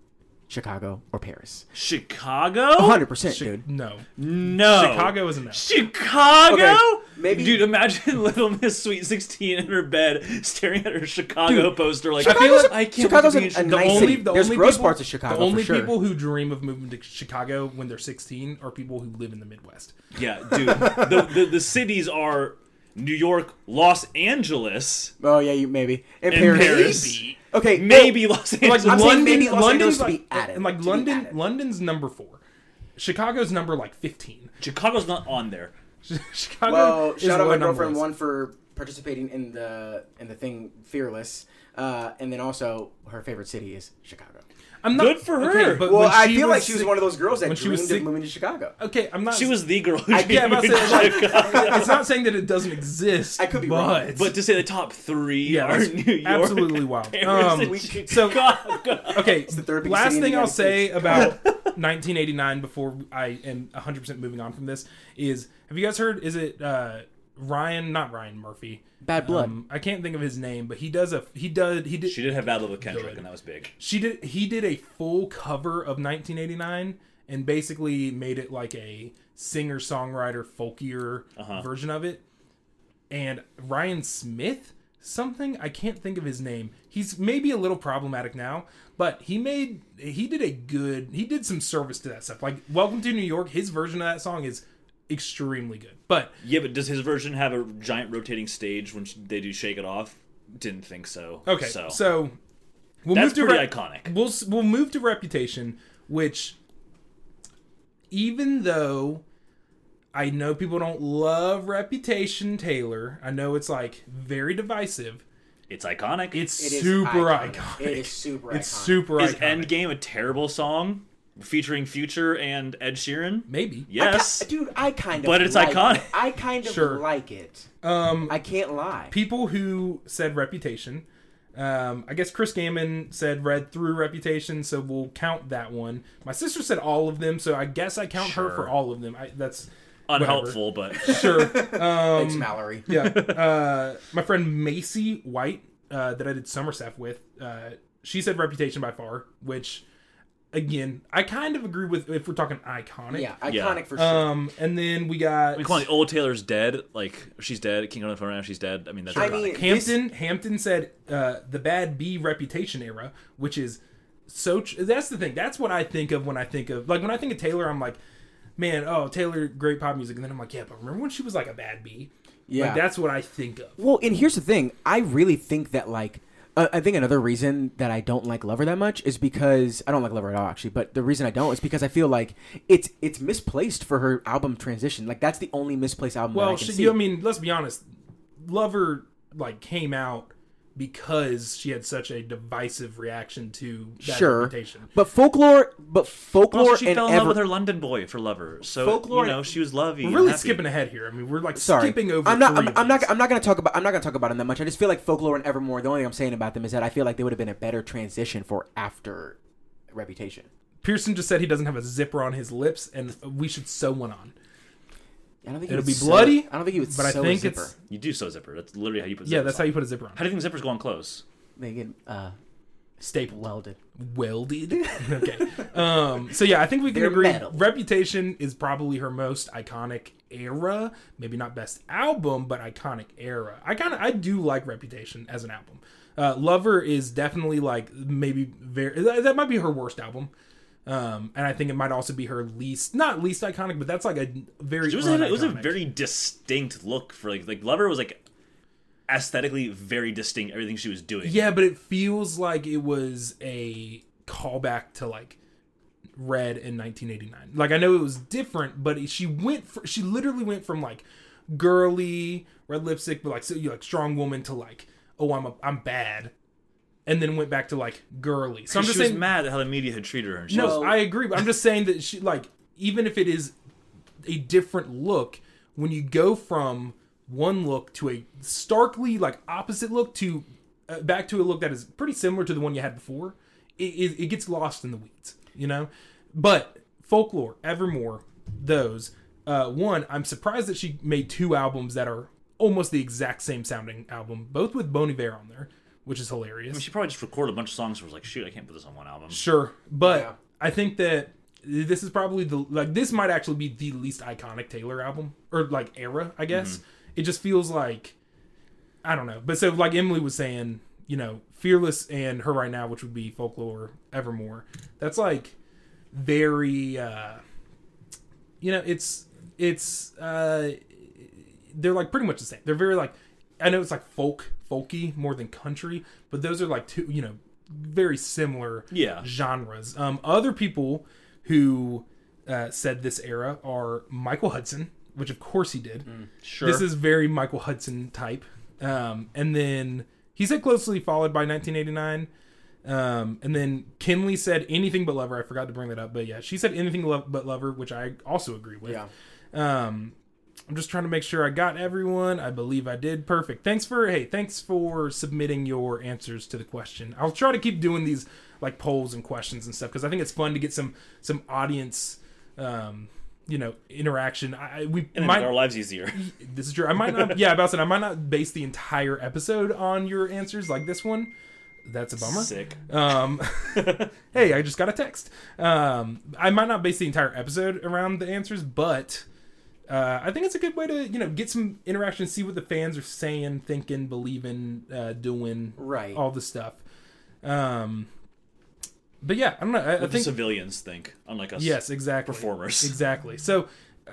[SPEAKER 2] Chicago, or Paris.
[SPEAKER 3] Chicago.
[SPEAKER 1] Oh,
[SPEAKER 2] hundred percent,
[SPEAKER 1] Chi-
[SPEAKER 2] dude.
[SPEAKER 1] No.
[SPEAKER 3] No.
[SPEAKER 1] Chicago is a no.
[SPEAKER 3] Chicago?
[SPEAKER 2] Okay, maybe-
[SPEAKER 3] Dude, imagine <laughs> Little Miss Sweet 16 in her bed staring at her Chicago poster like,
[SPEAKER 1] Chicago's
[SPEAKER 3] I, feel like,
[SPEAKER 1] a-
[SPEAKER 3] I can't
[SPEAKER 2] Chicago's
[SPEAKER 3] wait to be
[SPEAKER 2] a-
[SPEAKER 3] in
[SPEAKER 2] a
[SPEAKER 3] Chicago.
[SPEAKER 1] the
[SPEAKER 2] nice
[SPEAKER 1] only
[SPEAKER 2] city.
[SPEAKER 1] the
[SPEAKER 2] There's
[SPEAKER 1] only
[SPEAKER 2] gross
[SPEAKER 1] people,
[SPEAKER 2] parts of Chicago,
[SPEAKER 1] The only
[SPEAKER 2] for sure.
[SPEAKER 1] people who dream of moving to Chicago when they're 16 are people who live in the Midwest.
[SPEAKER 3] Yeah, dude. The, the, the cities are New York, Los Angeles,
[SPEAKER 2] Oh yeah, you maybe in
[SPEAKER 3] and
[SPEAKER 2] Paris.
[SPEAKER 3] Paris.
[SPEAKER 2] Okay,
[SPEAKER 3] Maybe Los Angeles.
[SPEAKER 2] I'm saying
[SPEAKER 1] London,
[SPEAKER 2] maybe Los Angeles
[SPEAKER 1] London's
[SPEAKER 2] to be
[SPEAKER 1] like,
[SPEAKER 2] added,
[SPEAKER 1] and like
[SPEAKER 2] to be
[SPEAKER 1] London,
[SPEAKER 2] added.
[SPEAKER 1] London's number four. Chicago's number like 15.
[SPEAKER 3] Chicago's not on there.
[SPEAKER 1] <laughs> Chicago
[SPEAKER 2] Well,
[SPEAKER 1] is
[SPEAKER 2] shout out
[SPEAKER 1] what
[SPEAKER 2] my
[SPEAKER 1] number
[SPEAKER 2] girlfriend
[SPEAKER 1] is.
[SPEAKER 2] one for
[SPEAKER 5] participating in the in the thing Fearless, uh, and then also her favorite city is Chicago.
[SPEAKER 1] I'm not
[SPEAKER 3] Good for her.
[SPEAKER 1] but
[SPEAKER 5] Well,
[SPEAKER 1] when
[SPEAKER 5] I
[SPEAKER 1] she
[SPEAKER 5] feel like she was
[SPEAKER 1] si-
[SPEAKER 5] one of those girls that
[SPEAKER 1] when she was
[SPEAKER 5] dreamed of
[SPEAKER 1] sick-
[SPEAKER 5] moving to Chicago.
[SPEAKER 1] Okay, I'm not.
[SPEAKER 3] She was the girl who
[SPEAKER 1] Yeah,
[SPEAKER 3] yeah,
[SPEAKER 1] I'm not
[SPEAKER 3] moved
[SPEAKER 1] saying, like,
[SPEAKER 3] to Chicago.
[SPEAKER 1] <laughs> it's not saying that it doesn't exist.
[SPEAKER 5] I could be
[SPEAKER 1] but,
[SPEAKER 5] wrong.
[SPEAKER 3] But to say the top three
[SPEAKER 1] yeah,
[SPEAKER 3] are
[SPEAKER 1] that's
[SPEAKER 3] New York,
[SPEAKER 1] absolutely wild.
[SPEAKER 3] Paris, and
[SPEAKER 1] Um,
[SPEAKER 5] could-
[SPEAKER 1] so
[SPEAKER 3] Chicago.
[SPEAKER 1] okay,
[SPEAKER 5] the third biggest
[SPEAKER 1] last
[SPEAKER 5] city in the
[SPEAKER 1] thing I'll
[SPEAKER 5] United
[SPEAKER 1] say
[SPEAKER 5] States.
[SPEAKER 1] about
[SPEAKER 3] <laughs>
[SPEAKER 1] 1989 before I am 100 percent moving on from this is: Have you guys heard? Is it uh, Ryan? Not Ryan Murphy.
[SPEAKER 2] Bad Blood.
[SPEAKER 1] Um, I can't think of his name, but he does a he does he did
[SPEAKER 3] She did have Battle with Kendrick, and that was big.
[SPEAKER 1] she did he did a full cover of 1989 and basically made it like a singer songwriter folkier
[SPEAKER 3] Uh-huh.
[SPEAKER 1] version of it and ryan smith something i can't think of his name he's maybe a little problematic now but he made he did a good he did some service to that stuff like welcome to new york his version of that song is extremely good but
[SPEAKER 3] Yeah, but does his version have a giant rotating stage when sh- they do Shake It Off? Didn't think so.
[SPEAKER 1] okay so,
[SPEAKER 3] so,
[SPEAKER 1] we'll
[SPEAKER 3] that's
[SPEAKER 1] move to
[SPEAKER 3] pretty
[SPEAKER 1] Re-
[SPEAKER 3] iconic.
[SPEAKER 1] We'll s- we'll move to reputation, which even though I know people don't love reputation, Taylor, I know it's like very divisive.
[SPEAKER 3] It's iconic.
[SPEAKER 1] It's
[SPEAKER 5] It is
[SPEAKER 1] super iconic.
[SPEAKER 5] It is super
[SPEAKER 1] It's
[SPEAKER 5] iconic.
[SPEAKER 1] super
[SPEAKER 3] is
[SPEAKER 1] iconic.
[SPEAKER 3] Endgame a terrible song featuring Future and Ed Sheeran?
[SPEAKER 1] Maybe.
[SPEAKER 5] I ki-
[SPEAKER 3] Yes.
[SPEAKER 5] dude. I kind of.
[SPEAKER 3] But it's
[SPEAKER 5] like
[SPEAKER 3] iconic.
[SPEAKER 5] It. I kind of
[SPEAKER 1] Sure.
[SPEAKER 5] like it.
[SPEAKER 1] Um,
[SPEAKER 5] I can't lie.
[SPEAKER 1] people who said reputation. Um, I guess Chris Gammon said read through reputation, so we'll count that one. My sister said all of them, so I guess I count her
[SPEAKER 3] Sure.
[SPEAKER 1] for all of them. I, that's
[SPEAKER 3] Unhelpful, but <laughs>
[SPEAKER 1] sure.
[SPEAKER 5] Thanks, Mallory.
[SPEAKER 1] yeah. Uh, my friend Macy White, uh, that I did Summerstaff with, uh, she said Reputation by far, which, again, I kind of agree with if we're talking iconic.
[SPEAKER 5] Yeah, iconic
[SPEAKER 3] Yeah.
[SPEAKER 5] for sure.
[SPEAKER 1] Um, and then we got
[SPEAKER 3] we call it old Taylor's dead. Like she's dead. King on the throne now. She's dead. I mean, that's
[SPEAKER 5] I
[SPEAKER 3] iconic.
[SPEAKER 5] mean,
[SPEAKER 1] Hampton. Hampton said uh, the bad B Reputation era, which is so. Tr- that's the thing. That's what I think of when I think of like when I think of Taylor. I'm like, man, oh Taylor, great pop music. And then I'm like, yeah, but remember when she was like a bad B?
[SPEAKER 5] Yeah.
[SPEAKER 1] like, that's what I think of.
[SPEAKER 2] Well, and here's the thing. I really think that like uh, I think another reason that I don't like Lover that much is because I don't like Lover at all actually, but the reason I don't is because I feel like it's it's misplaced for her album transition. Like that's the only misplaced album that I
[SPEAKER 1] Well,
[SPEAKER 2] can
[SPEAKER 1] she,
[SPEAKER 2] see.
[SPEAKER 1] Oh, you- I mean, let's be honest. Lover like came out because she had such a divisive reaction to that
[SPEAKER 2] sure.
[SPEAKER 1] reputation.
[SPEAKER 2] But folklore but folklore
[SPEAKER 3] also, she
[SPEAKER 2] and
[SPEAKER 3] fell in
[SPEAKER 2] ever
[SPEAKER 3] love with her London boy for lover. So
[SPEAKER 2] Folklore-
[SPEAKER 3] you know, she was lovey.
[SPEAKER 1] We're
[SPEAKER 3] and
[SPEAKER 1] really
[SPEAKER 3] happy.
[SPEAKER 1] skipping ahead here. I mean, we're like
[SPEAKER 2] Sorry.
[SPEAKER 1] skipping over.
[SPEAKER 2] I'm not.
[SPEAKER 1] three
[SPEAKER 2] I'm,
[SPEAKER 1] of
[SPEAKER 2] I'm not.
[SPEAKER 1] these.
[SPEAKER 2] I'm not going to talk about. I'm not going to talk about them that much. I just feel like folklore and evermore. The only thing I'm saying about them is that I feel like they would have been a better transition for after Reputation.
[SPEAKER 1] Pearson just said he doesn't have a zipper on his lips, and we should sew one on.
[SPEAKER 2] I don't think he
[SPEAKER 1] It'll
[SPEAKER 2] would
[SPEAKER 1] be
[SPEAKER 2] sew-
[SPEAKER 1] bloody.
[SPEAKER 2] I don't think he would.
[SPEAKER 1] But I
[SPEAKER 2] sew a
[SPEAKER 1] think
[SPEAKER 2] zipper.
[SPEAKER 1] it's
[SPEAKER 3] You do sew zipper. That's literally how you put.
[SPEAKER 1] yeah.
[SPEAKER 3] zippers
[SPEAKER 1] That's how
[SPEAKER 3] on.
[SPEAKER 1] you put a zipper on.
[SPEAKER 3] How do you think zippers go on clothes?
[SPEAKER 2] they get uh,
[SPEAKER 1] Staple
[SPEAKER 2] welded. <laughs>
[SPEAKER 1] welded. okay. Um. So yeah, I think we can
[SPEAKER 2] They're
[SPEAKER 1] agree.
[SPEAKER 2] metal.
[SPEAKER 1] Reputation is probably her most iconic era. Maybe not best album, but iconic era. I kind of I do like Reputation as an album. Uh, Lover is definitely like maybe very that that might be her worst album. Um, and I think it might also be her least, not least iconic, but that's like a very.
[SPEAKER 3] It was, a, it was a
[SPEAKER 1] uniconic.
[SPEAKER 3] very distinct look for like like lover was like aesthetically very distinct. Everything she was doing.
[SPEAKER 1] Yeah, but it feels like it was a callback to like Red in 1989. Like I know it was different, but it- she went fr she literally went from like girly red lipstick, but like so you like strong woman to like oh I'm a, I'm bad, and then went back to like girly. So I'm
[SPEAKER 3] she
[SPEAKER 1] just
[SPEAKER 3] was
[SPEAKER 1] saying.
[SPEAKER 3] mad at how the media had treated her. And she was,
[SPEAKER 1] no, I agree, but I'm just saying that she like even if it is a different look when you go from one look to a starkly like opposite look to uh, back to a look that is pretty similar to the one you had before it, it, it gets lost in the weeds you know but folklore evermore those uh, one i'm surprised that she made two albums that are almost the exact same sounding album both with bon iver on there which is hilarious
[SPEAKER 3] she probably just recorded a bunch of songs. and was like, shoot, I can't put this on one album.
[SPEAKER 1] Sure, but
[SPEAKER 5] Yeah.
[SPEAKER 1] I think that this is probably the like this might actually be the least iconic Taylor album or like era. I guess it just feels like I don't know. But so like Emily was saying, you know, Fearless and her right now, which would be Folklore, Evermore. That's like very, uh you know, it's it's uh they're like pretty much the same. They're very like I know it's like folk folky more than country, but those are like two you know very similar
[SPEAKER 3] Yeah.
[SPEAKER 1] genres. Um, other people who uh, said this era are Michael Hudson, which of course he did.
[SPEAKER 3] Mm, Sure.
[SPEAKER 1] This is very Michael Hudson type. Um, and then he said closely followed by 1989. Um, and then Kinley said anything but lover. I forgot to bring that up, but yeah, she said anything lo- but lover, which I also agree with.
[SPEAKER 2] Yeah.
[SPEAKER 1] Um, I'm just trying to make sure I got everyone. I believe I did. Perfect. Thanks for hey, thanks for submitting your answers to the question. I'll try to keep doing these like polls and questions and stuff because I think it's fun to get some some audience, um, you know, interaction. I, I- we
[SPEAKER 3] and it
[SPEAKER 1] might
[SPEAKER 3] made our
[SPEAKER 1] <laughs>
[SPEAKER 3] lives easier. <laughs>
[SPEAKER 1] this is true. I might not. Yeah, about that. I might not base the entire episode on your answers like this one. That's a bummer.
[SPEAKER 3] Sick. <laughs>
[SPEAKER 1] Um, hey, I just got a text. Um, I might not base the entire episode around the answers, but uh, I think it's a good way to you know get some interaction, see what the fans are saying, thinking, believing, uh, doing,
[SPEAKER 2] Right.
[SPEAKER 1] all the stuff. Um, but yeah, I don't know. I, I
[SPEAKER 3] What the
[SPEAKER 1] think
[SPEAKER 3] civilians think, unlike us.
[SPEAKER 1] yes, exactly.
[SPEAKER 3] performers. <laughs>
[SPEAKER 1] exactly. So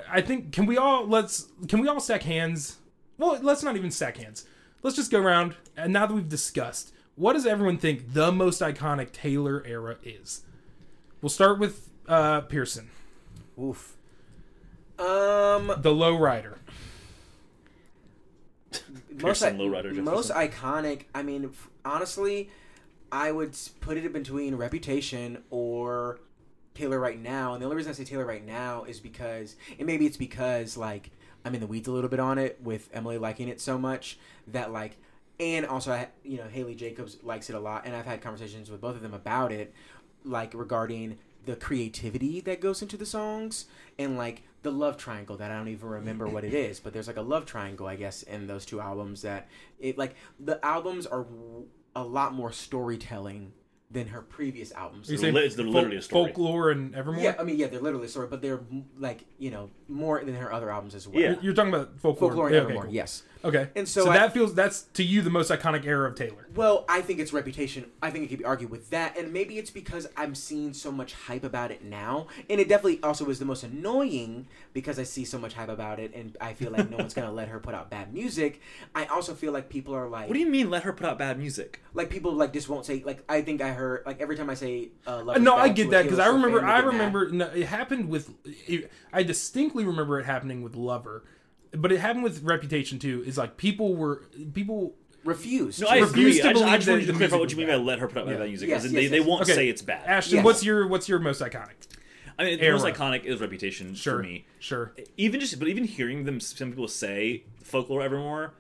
[SPEAKER 1] I think can we all let's can we all stack hands? Well, let's not even stack hands. Let's just go around and now that we've discussed, what does everyone think the most iconic Taylor era is? We'll start with uh, Pearson,
[SPEAKER 2] Oof. Um,
[SPEAKER 1] the low rider.
[SPEAKER 2] most,
[SPEAKER 3] Pearson, Lowrider, Jefferson.
[SPEAKER 2] most iconic. I mean, f- honestly, I would s- put it in between Reputation or Taylor right now. And the only reason I say Taylor right now is because, and maybe it's because like I'm in the weeds a little bit on it with Emily liking it so much that like, and also I, you know Haley Jacobs likes it a lot, and I've had conversations with both of them about it, like regarding the creativity that goes into the songs and like the love triangle that I don't even remember what it is, but there's like a love triangle I guess in those two albums that it like the albums are w- a lot more storytelling than her previous albums.
[SPEAKER 1] Are you
[SPEAKER 3] It's
[SPEAKER 1] saying
[SPEAKER 3] li- it's literally a story.
[SPEAKER 1] Folklore and evermore.
[SPEAKER 2] Yeah, I mean, yeah, they're literally sorry, but they're m- like you know more than her other albums as well.
[SPEAKER 3] Yeah.
[SPEAKER 1] You're talking about folklore,
[SPEAKER 2] folklore and
[SPEAKER 1] yeah,
[SPEAKER 2] evermore.
[SPEAKER 1] Okay, cool.
[SPEAKER 2] Yes.
[SPEAKER 1] Okay.
[SPEAKER 2] And so I-
[SPEAKER 1] that feels that's to you the most iconic era of Taylor.
[SPEAKER 2] Well, I think it's reputation. I think it could be argued with that, and maybe it's because I'm seeing so much hype about it now, and it definitely also is the most annoying because I see so much hype about it, and I feel like no one's
[SPEAKER 1] <laughs>
[SPEAKER 2] gonna let her put out bad music. I also feel like people are like,
[SPEAKER 3] What do you mean? Let her put out bad music?
[SPEAKER 2] like people like just won't say like. I think I heard like every time I say uh, love. Is
[SPEAKER 1] no,
[SPEAKER 2] Bad
[SPEAKER 1] I
[SPEAKER 2] to
[SPEAKER 1] get
[SPEAKER 2] a
[SPEAKER 1] that because I
[SPEAKER 2] Taylor Swift
[SPEAKER 1] remember.
[SPEAKER 2] fan,
[SPEAKER 1] I
[SPEAKER 2] they get mad.
[SPEAKER 1] remember. No, it happened with. It, I distinctly remember it happening with Lover, but it happened with Reputation too. Is like people were people.
[SPEAKER 2] refuse.
[SPEAKER 3] No,
[SPEAKER 2] to
[SPEAKER 3] I agree.
[SPEAKER 1] refuse to
[SPEAKER 3] I just, I
[SPEAKER 1] believe
[SPEAKER 3] just
[SPEAKER 1] that
[SPEAKER 3] wanted you
[SPEAKER 1] the
[SPEAKER 3] to clarify
[SPEAKER 1] music
[SPEAKER 3] what
[SPEAKER 1] was
[SPEAKER 3] you mean by
[SPEAKER 1] bad.
[SPEAKER 3] let her put out
[SPEAKER 1] Yeah.
[SPEAKER 3] bad music.
[SPEAKER 2] Yes,
[SPEAKER 3] Yes,
[SPEAKER 2] yes,
[SPEAKER 3] they, they
[SPEAKER 2] yes.
[SPEAKER 3] won't
[SPEAKER 1] Okay.
[SPEAKER 3] say it's bad.
[SPEAKER 1] Ashton,
[SPEAKER 2] Yes.
[SPEAKER 1] what's your what's your most iconic?
[SPEAKER 3] I mean, the
[SPEAKER 1] Era.
[SPEAKER 3] most iconic is Reputation
[SPEAKER 1] Sure,
[SPEAKER 3] for me.
[SPEAKER 1] sure.
[SPEAKER 3] Even just, but even hearing them, some people say Folklore Evermore,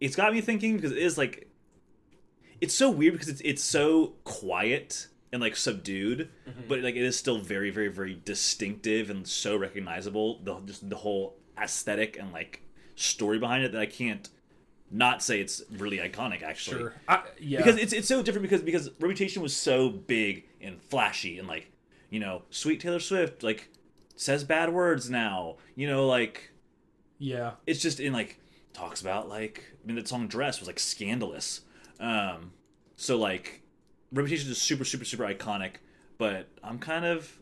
[SPEAKER 3] it's got me thinking because it is like, it's so weird because it's it's so quiet and like subdued,
[SPEAKER 1] Mm-hmm.
[SPEAKER 3] but like it is still very, very, very distinctive and so recognizable. The just the whole aesthetic and like story behind it that I can't not say it's really iconic. Actually,
[SPEAKER 1] Sure. I, yeah.
[SPEAKER 3] because it's it's so different because because Reputation was so big and flashy and like you know sweet Taylor Swift like says bad words now you know like
[SPEAKER 1] yeah.
[SPEAKER 3] it's just in like talks about like I mean that song Dress was like scandalous um so like Reputation is super super super iconic but I'm kind of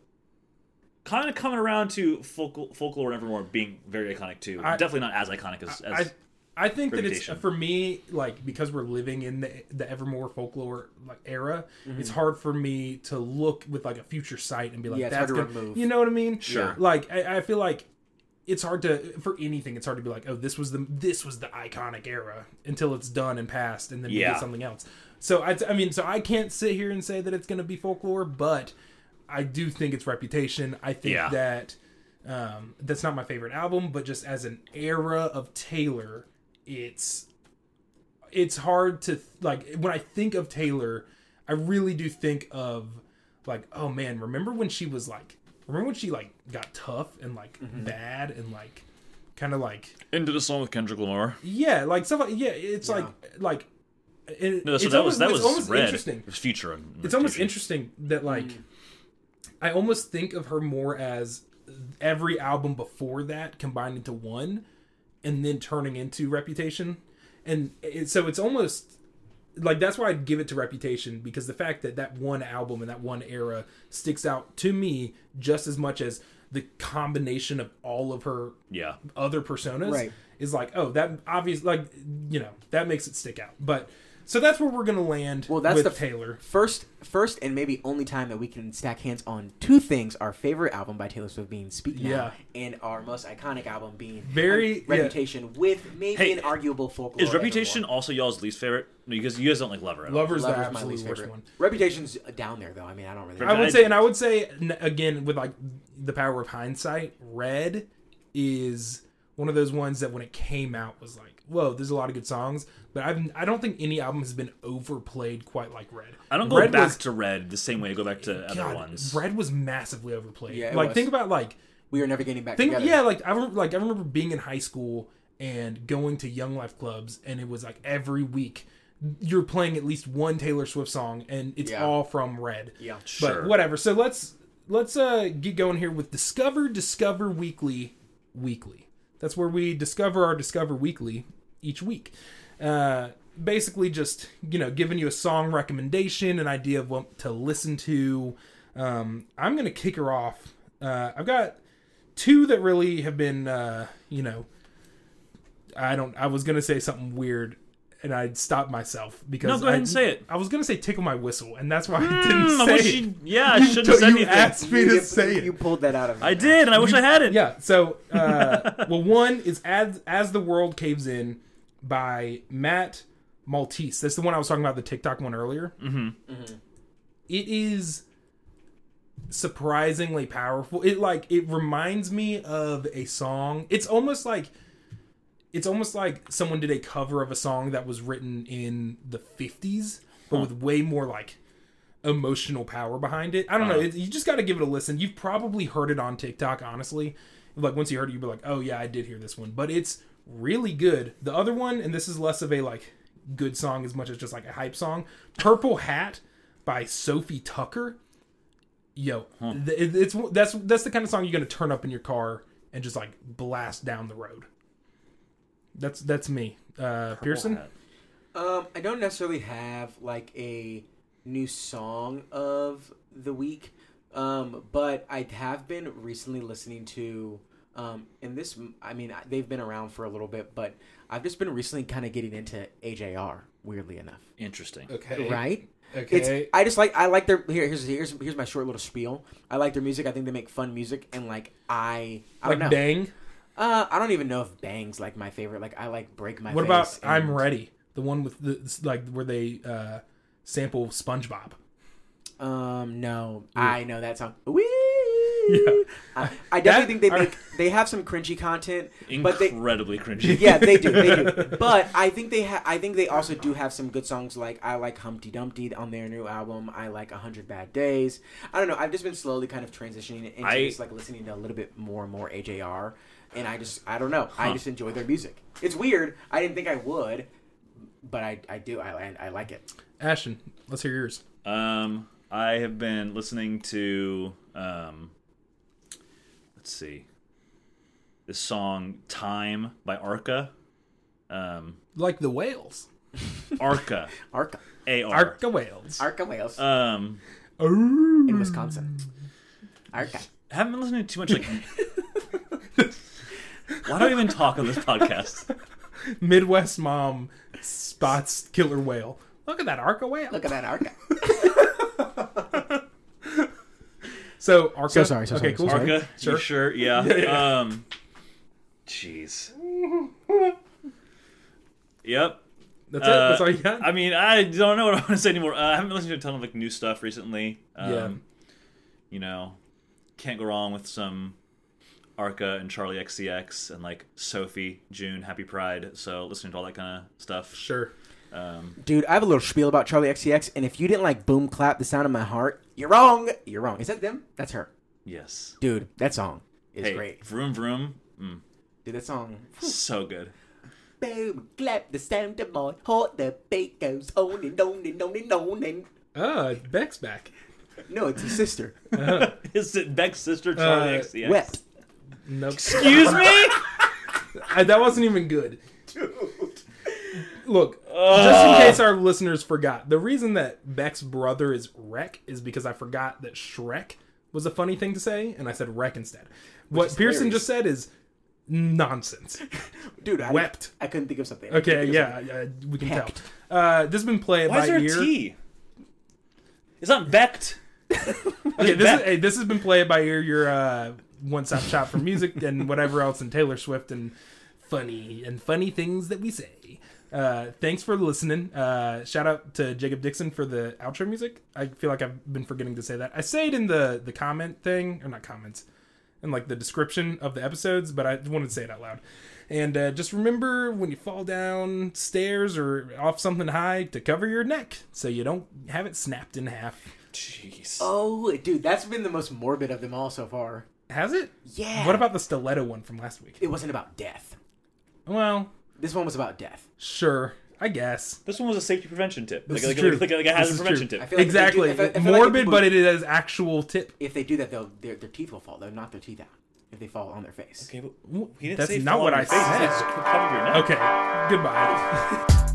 [SPEAKER 3] kind of coming around to folklore, folklore and evermore being very iconic too
[SPEAKER 1] I-
[SPEAKER 3] definitely not as iconic as, as
[SPEAKER 1] I I think that it's
[SPEAKER 3] Reputation.
[SPEAKER 1] for me like because we're living in the the evermore folklore like era.
[SPEAKER 3] Mm-hmm.
[SPEAKER 1] It's hard for me to look with like a future sight and be like
[SPEAKER 2] Yeah, it's
[SPEAKER 1] that's
[SPEAKER 2] hard to
[SPEAKER 1] gonna-"
[SPEAKER 2] remove.
[SPEAKER 1] You know what I mean?
[SPEAKER 3] Sure. Yeah.
[SPEAKER 1] Like I, I feel like it's hard to for anything. It's hard to be like oh this was the this was the iconic era until it's done and past and then we
[SPEAKER 3] Yeah.
[SPEAKER 1] get something else. So I I mean so I can't sit here and say that it's gonna be folklore, but I do think it's reputation. I think
[SPEAKER 3] Yeah.
[SPEAKER 1] that um, that's not my favorite album, but just as an era of Taylor, it's it's hard to like when I think of Taylor, I really do think of like oh man, remember when she was like remember when she like got tough and like
[SPEAKER 3] Mm-hmm.
[SPEAKER 1] bad and like kind of like
[SPEAKER 3] into the song with Kendrick Lamar
[SPEAKER 1] yeah like stuff like yeah it's like like it,
[SPEAKER 3] no so
[SPEAKER 1] it's
[SPEAKER 3] that
[SPEAKER 1] almost-
[SPEAKER 3] was that
[SPEAKER 1] it's
[SPEAKER 3] was
[SPEAKER 1] almost
[SPEAKER 3] red
[SPEAKER 1] interesting
[SPEAKER 3] it was future on
[SPEAKER 1] it's almost
[SPEAKER 3] Reputation.
[SPEAKER 1] interesting that like I almost think of her more as every album before that combined into one and then turning into Reputation. And it, so it's almost like that's why I'd give it to Reputation because the fact that that one album and that one era sticks out to me just as much as the combination of all of her
[SPEAKER 3] yeah
[SPEAKER 1] other personas
[SPEAKER 2] Right.
[SPEAKER 1] is like oh that obvious like you know that makes it stick out but So that's where we're gonna land.
[SPEAKER 2] Well, that's
[SPEAKER 1] with
[SPEAKER 2] the f-
[SPEAKER 1] Taylor.
[SPEAKER 2] First, first, and maybe only time that we can stack hands on two things: our favorite album by Taylor Swift being "Speak Now,"
[SPEAKER 1] Yeah.
[SPEAKER 2] and our most iconic album being
[SPEAKER 1] Very-
[SPEAKER 2] um, "Reputation," with maybe
[SPEAKER 3] Hey,
[SPEAKER 2] an arguable folklore.
[SPEAKER 3] Is Reputation
[SPEAKER 2] Evermore.
[SPEAKER 3] also y'all's least favorite? No, because you guys don't like Lover. at all.
[SPEAKER 1] Lover's the
[SPEAKER 2] Lover's my
[SPEAKER 1] absolute
[SPEAKER 2] least
[SPEAKER 1] worst
[SPEAKER 2] favorite.
[SPEAKER 1] one.
[SPEAKER 2] Reputation's down there though. I mean, I don't really.
[SPEAKER 1] I
[SPEAKER 3] I-
[SPEAKER 1] would say, and I would say n- again with like the power of hindsight, Red is one of those ones that when it came out was like, whoa, there's a lot of good songs, but I've I don't think any album has been overplayed quite like Red.
[SPEAKER 3] I don't go
[SPEAKER 1] Red
[SPEAKER 3] back
[SPEAKER 1] was-
[SPEAKER 3] to Red the same way I go back to other
[SPEAKER 1] God,
[SPEAKER 3] ones.
[SPEAKER 1] Red was massively overplayed.
[SPEAKER 2] Yeah, it
[SPEAKER 1] like
[SPEAKER 2] was.
[SPEAKER 1] think about like
[SPEAKER 2] we are never getting back
[SPEAKER 1] think
[SPEAKER 2] together.
[SPEAKER 1] yeah, like I remember, like I remember being in high school and going to Young Life clubs, and it was like every week you're playing at least one Taylor Swift song, and it's
[SPEAKER 2] Yeah.
[SPEAKER 1] all from Red.
[SPEAKER 2] Yeah.
[SPEAKER 1] but whatever. So let's let's uh get going here with Discover Discover Weekly Weekly. That's where we discover our Discover Weekly each week. Uh, basically, just you know, giving you a song recommendation, an idea of what to listen to. Um, I'm gonna kick her off. Uh, I've got two that really have been uh, you know. I don't. I was gonna say something weird, and I'd stop myself because
[SPEAKER 3] No, go ahead
[SPEAKER 1] I-
[SPEAKER 3] and say it.
[SPEAKER 1] I was gonna say tickle my whistle, and that's why I didn't
[SPEAKER 3] Mm, I
[SPEAKER 1] say
[SPEAKER 3] wish
[SPEAKER 1] it.
[SPEAKER 3] you,
[SPEAKER 1] <laughs>
[SPEAKER 3] yeah, I
[SPEAKER 1] You
[SPEAKER 3] shouldn't
[SPEAKER 1] told-
[SPEAKER 3] have said
[SPEAKER 1] you
[SPEAKER 3] anything.
[SPEAKER 1] asked me
[SPEAKER 2] you,
[SPEAKER 1] to say
[SPEAKER 2] you
[SPEAKER 1] it.
[SPEAKER 2] pulled that out of.
[SPEAKER 3] I
[SPEAKER 2] me.
[SPEAKER 3] did, and I wish I hadn't.
[SPEAKER 1] Yeah. So, uh, <laughs> well, one is as as the world caves in by Matt Maltese. That's the one I was talking about, the TikTok one earlier. Mm-hmm. It is surprisingly powerful. It like it reminds me of a song. It's almost like it's almost like someone did a cover of a song that was written in the 50s but with way more like emotional power behind it i don't know
[SPEAKER 3] Uh-huh.
[SPEAKER 1] it, you just got to give it a listen you've probably heard it on tiktok honestly like once you heard it you'd be like oh yeah i did hear this one but it's really good the other one and this is less of a like good song as much as just like a hype song purple hat by sophie tucker yo th- it- it's that's that's the kind of song you're gonna turn up in your car and just like blast down the road that's that's me. Uh, Pearson.
[SPEAKER 2] Um, I don't necessarily have like a new song of the week, um, but I have been recently listening to. Um, and this, I mean, I- they've been around for a little bit, but I've just been recently kind of getting into AJR, weirdly enough.
[SPEAKER 3] Interesting.
[SPEAKER 1] Okay.
[SPEAKER 2] Right?
[SPEAKER 1] Okay.
[SPEAKER 2] It's, I just like I like their here here's here's here's my short little spiel. I like their music. I think they make fun music, and like I I
[SPEAKER 1] like
[SPEAKER 2] don't know.
[SPEAKER 1] bang.
[SPEAKER 2] Uh, I don't even know if Bang's like my favorite. Like I like Break My.
[SPEAKER 1] What
[SPEAKER 2] Face
[SPEAKER 1] about I'm
[SPEAKER 2] and-
[SPEAKER 1] ready? The one with the s- like where they uh, sample SpongeBob.
[SPEAKER 2] Um, no, I know that song. <laughs> Wee! I, I
[SPEAKER 1] That-
[SPEAKER 2] definitely think they
[SPEAKER 1] I-
[SPEAKER 2] make they have some cringy content, but they
[SPEAKER 3] Incredibly
[SPEAKER 1] <laughs>
[SPEAKER 3] cringy.
[SPEAKER 2] yeah they do they do. But I think they ha- I think they also do have some good songs like I like Humpty Dumpty on their new album. I like A Hundred Bad Days. I don't know. I've just been slowly kind of transitioning into
[SPEAKER 3] I-
[SPEAKER 2] just like listening to a little bit more and more AJR, and I just I don't know. I just enjoy their music. It's weird. I didn't think I would, but I I do. I I, I like it.
[SPEAKER 1] Ashton, let's hear yours.
[SPEAKER 3] Um, I have been listening to um, let's see, this song "Time" by Arca. Um,
[SPEAKER 1] Like the whales. <laughs>
[SPEAKER 3] Arca,
[SPEAKER 2] Arca
[SPEAKER 3] A R.
[SPEAKER 1] Arca whales.
[SPEAKER 2] Arca Wales
[SPEAKER 3] Um,
[SPEAKER 1] Ooh.
[SPEAKER 2] in Wisconsin. Arca.
[SPEAKER 3] haven't been listening to too much like. Why do I even talk on this podcast?
[SPEAKER 1] <laughs> Midwest mom spots killer whale. Look at that Arca whale.
[SPEAKER 2] Look at that Arca.
[SPEAKER 1] So Arca.
[SPEAKER 6] So sorry, so
[SPEAKER 1] okay,
[SPEAKER 6] sorry,
[SPEAKER 1] cool.
[SPEAKER 6] so sorry.
[SPEAKER 3] Arca,
[SPEAKER 1] Sure.
[SPEAKER 3] you sure? Yeah. Um, jeez. yep.
[SPEAKER 1] That's it. That's
[SPEAKER 3] Uh,
[SPEAKER 1] all you got.
[SPEAKER 3] I mean, I don't know what I want to say anymore. Uh, I haven't listened to a ton of like new stuff recently. Um,
[SPEAKER 1] Yeah.
[SPEAKER 3] You know, can't go wrong with some Arca and Charlie XCX and like Sophie, June, Happy Pride. So listening to all that kind of stuff.
[SPEAKER 1] sure.
[SPEAKER 3] Um,
[SPEAKER 2] <laughs> Dude, I have a little spiel about Charlie XCX, and if you didn't like Boom Clap, The Sound of My Heart, you're wrong. You're wrong. Is that them? That's her.
[SPEAKER 3] yes.
[SPEAKER 2] Dude, that song is
[SPEAKER 3] hey,
[SPEAKER 2] great.
[SPEAKER 3] Vroom Vroom. Mm,
[SPEAKER 2] Dude, that song.
[SPEAKER 3] so good. <laughs>
[SPEAKER 2] Boom Clap, The Sound of My Heart, the beat goes on and on and on and on and.
[SPEAKER 1] Uh, Beck's back.
[SPEAKER 2] No, it's his sister.
[SPEAKER 3] Is it Beck's sister, Charlie
[SPEAKER 1] Uh,
[SPEAKER 3] XCX?
[SPEAKER 2] Wet.
[SPEAKER 1] Nope.
[SPEAKER 3] Excuse me?
[SPEAKER 1] I, that wasn't even good. Look, just in case our listeners forgot, the reason that Beck's brother is Wreck is because I forgot that Shrek was a funny thing to say, and I said Wreck instead. What Pearson
[SPEAKER 2] hilarious.
[SPEAKER 1] just said is
[SPEAKER 3] <laughs>
[SPEAKER 1] nonsense.
[SPEAKER 2] Dude, I,
[SPEAKER 1] Wept.
[SPEAKER 2] I couldn't think of something. I couldn't
[SPEAKER 1] Okay,
[SPEAKER 2] think of
[SPEAKER 1] yeah, yeah, we can
[SPEAKER 2] Heck.
[SPEAKER 1] tell. Uh, this has been played
[SPEAKER 3] Why
[SPEAKER 1] by
[SPEAKER 3] is there
[SPEAKER 1] ear.
[SPEAKER 3] a T? It's not Becht.
[SPEAKER 1] Okay, this,
[SPEAKER 3] Back.
[SPEAKER 1] is, hey, this has been played by your your uh, one stop shop for music <laughs> and whatever else and Taylor Swift and funny and funny things that we say. Uh, thanks for listening. Uh, shout out to Jacob Dixon for the outro music. I feel like I've been forgetting to say that. I say it in the the comment thing or not comments, in like the description of the episodes, but I wanted to say it out loud. And uh, just remember when you fall down stairs or off something high to cover your neck so you don't have it snapped in half.
[SPEAKER 3] Jeez.
[SPEAKER 2] Oh, dude, that's been the most morbid of them all so far.
[SPEAKER 1] Has it?
[SPEAKER 2] Yeah.
[SPEAKER 1] What about the stiletto one from last week?
[SPEAKER 2] It wasn't about death.
[SPEAKER 1] Well,
[SPEAKER 2] This one was about death.
[SPEAKER 1] sure, I guess.
[SPEAKER 3] This one was a safety prevention tip. Like,
[SPEAKER 1] is
[SPEAKER 3] like,
[SPEAKER 1] true.
[SPEAKER 3] like, like, like a
[SPEAKER 1] This
[SPEAKER 3] hazard
[SPEAKER 1] is
[SPEAKER 3] prevention
[SPEAKER 1] true.
[SPEAKER 3] tip.
[SPEAKER 2] I feel like if they
[SPEAKER 1] exactly.
[SPEAKER 2] do- if I- if I feel like
[SPEAKER 1] Morbid,
[SPEAKER 2] if-
[SPEAKER 1] but it is actual tip.
[SPEAKER 2] If they do that, they'll their, their teeth will fall. They'll knock their teeth out if they fall on their face.
[SPEAKER 3] Okay, but he didn't
[SPEAKER 1] That's
[SPEAKER 3] say
[SPEAKER 1] not
[SPEAKER 3] fall
[SPEAKER 1] what
[SPEAKER 3] on
[SPEAKER 1] I
[SPEAKER 3] your face. He
[SPEAKER 1] said.
[SPEAKER 3] said cover your neck.
[SPEAKER 1] Okay, goodbye.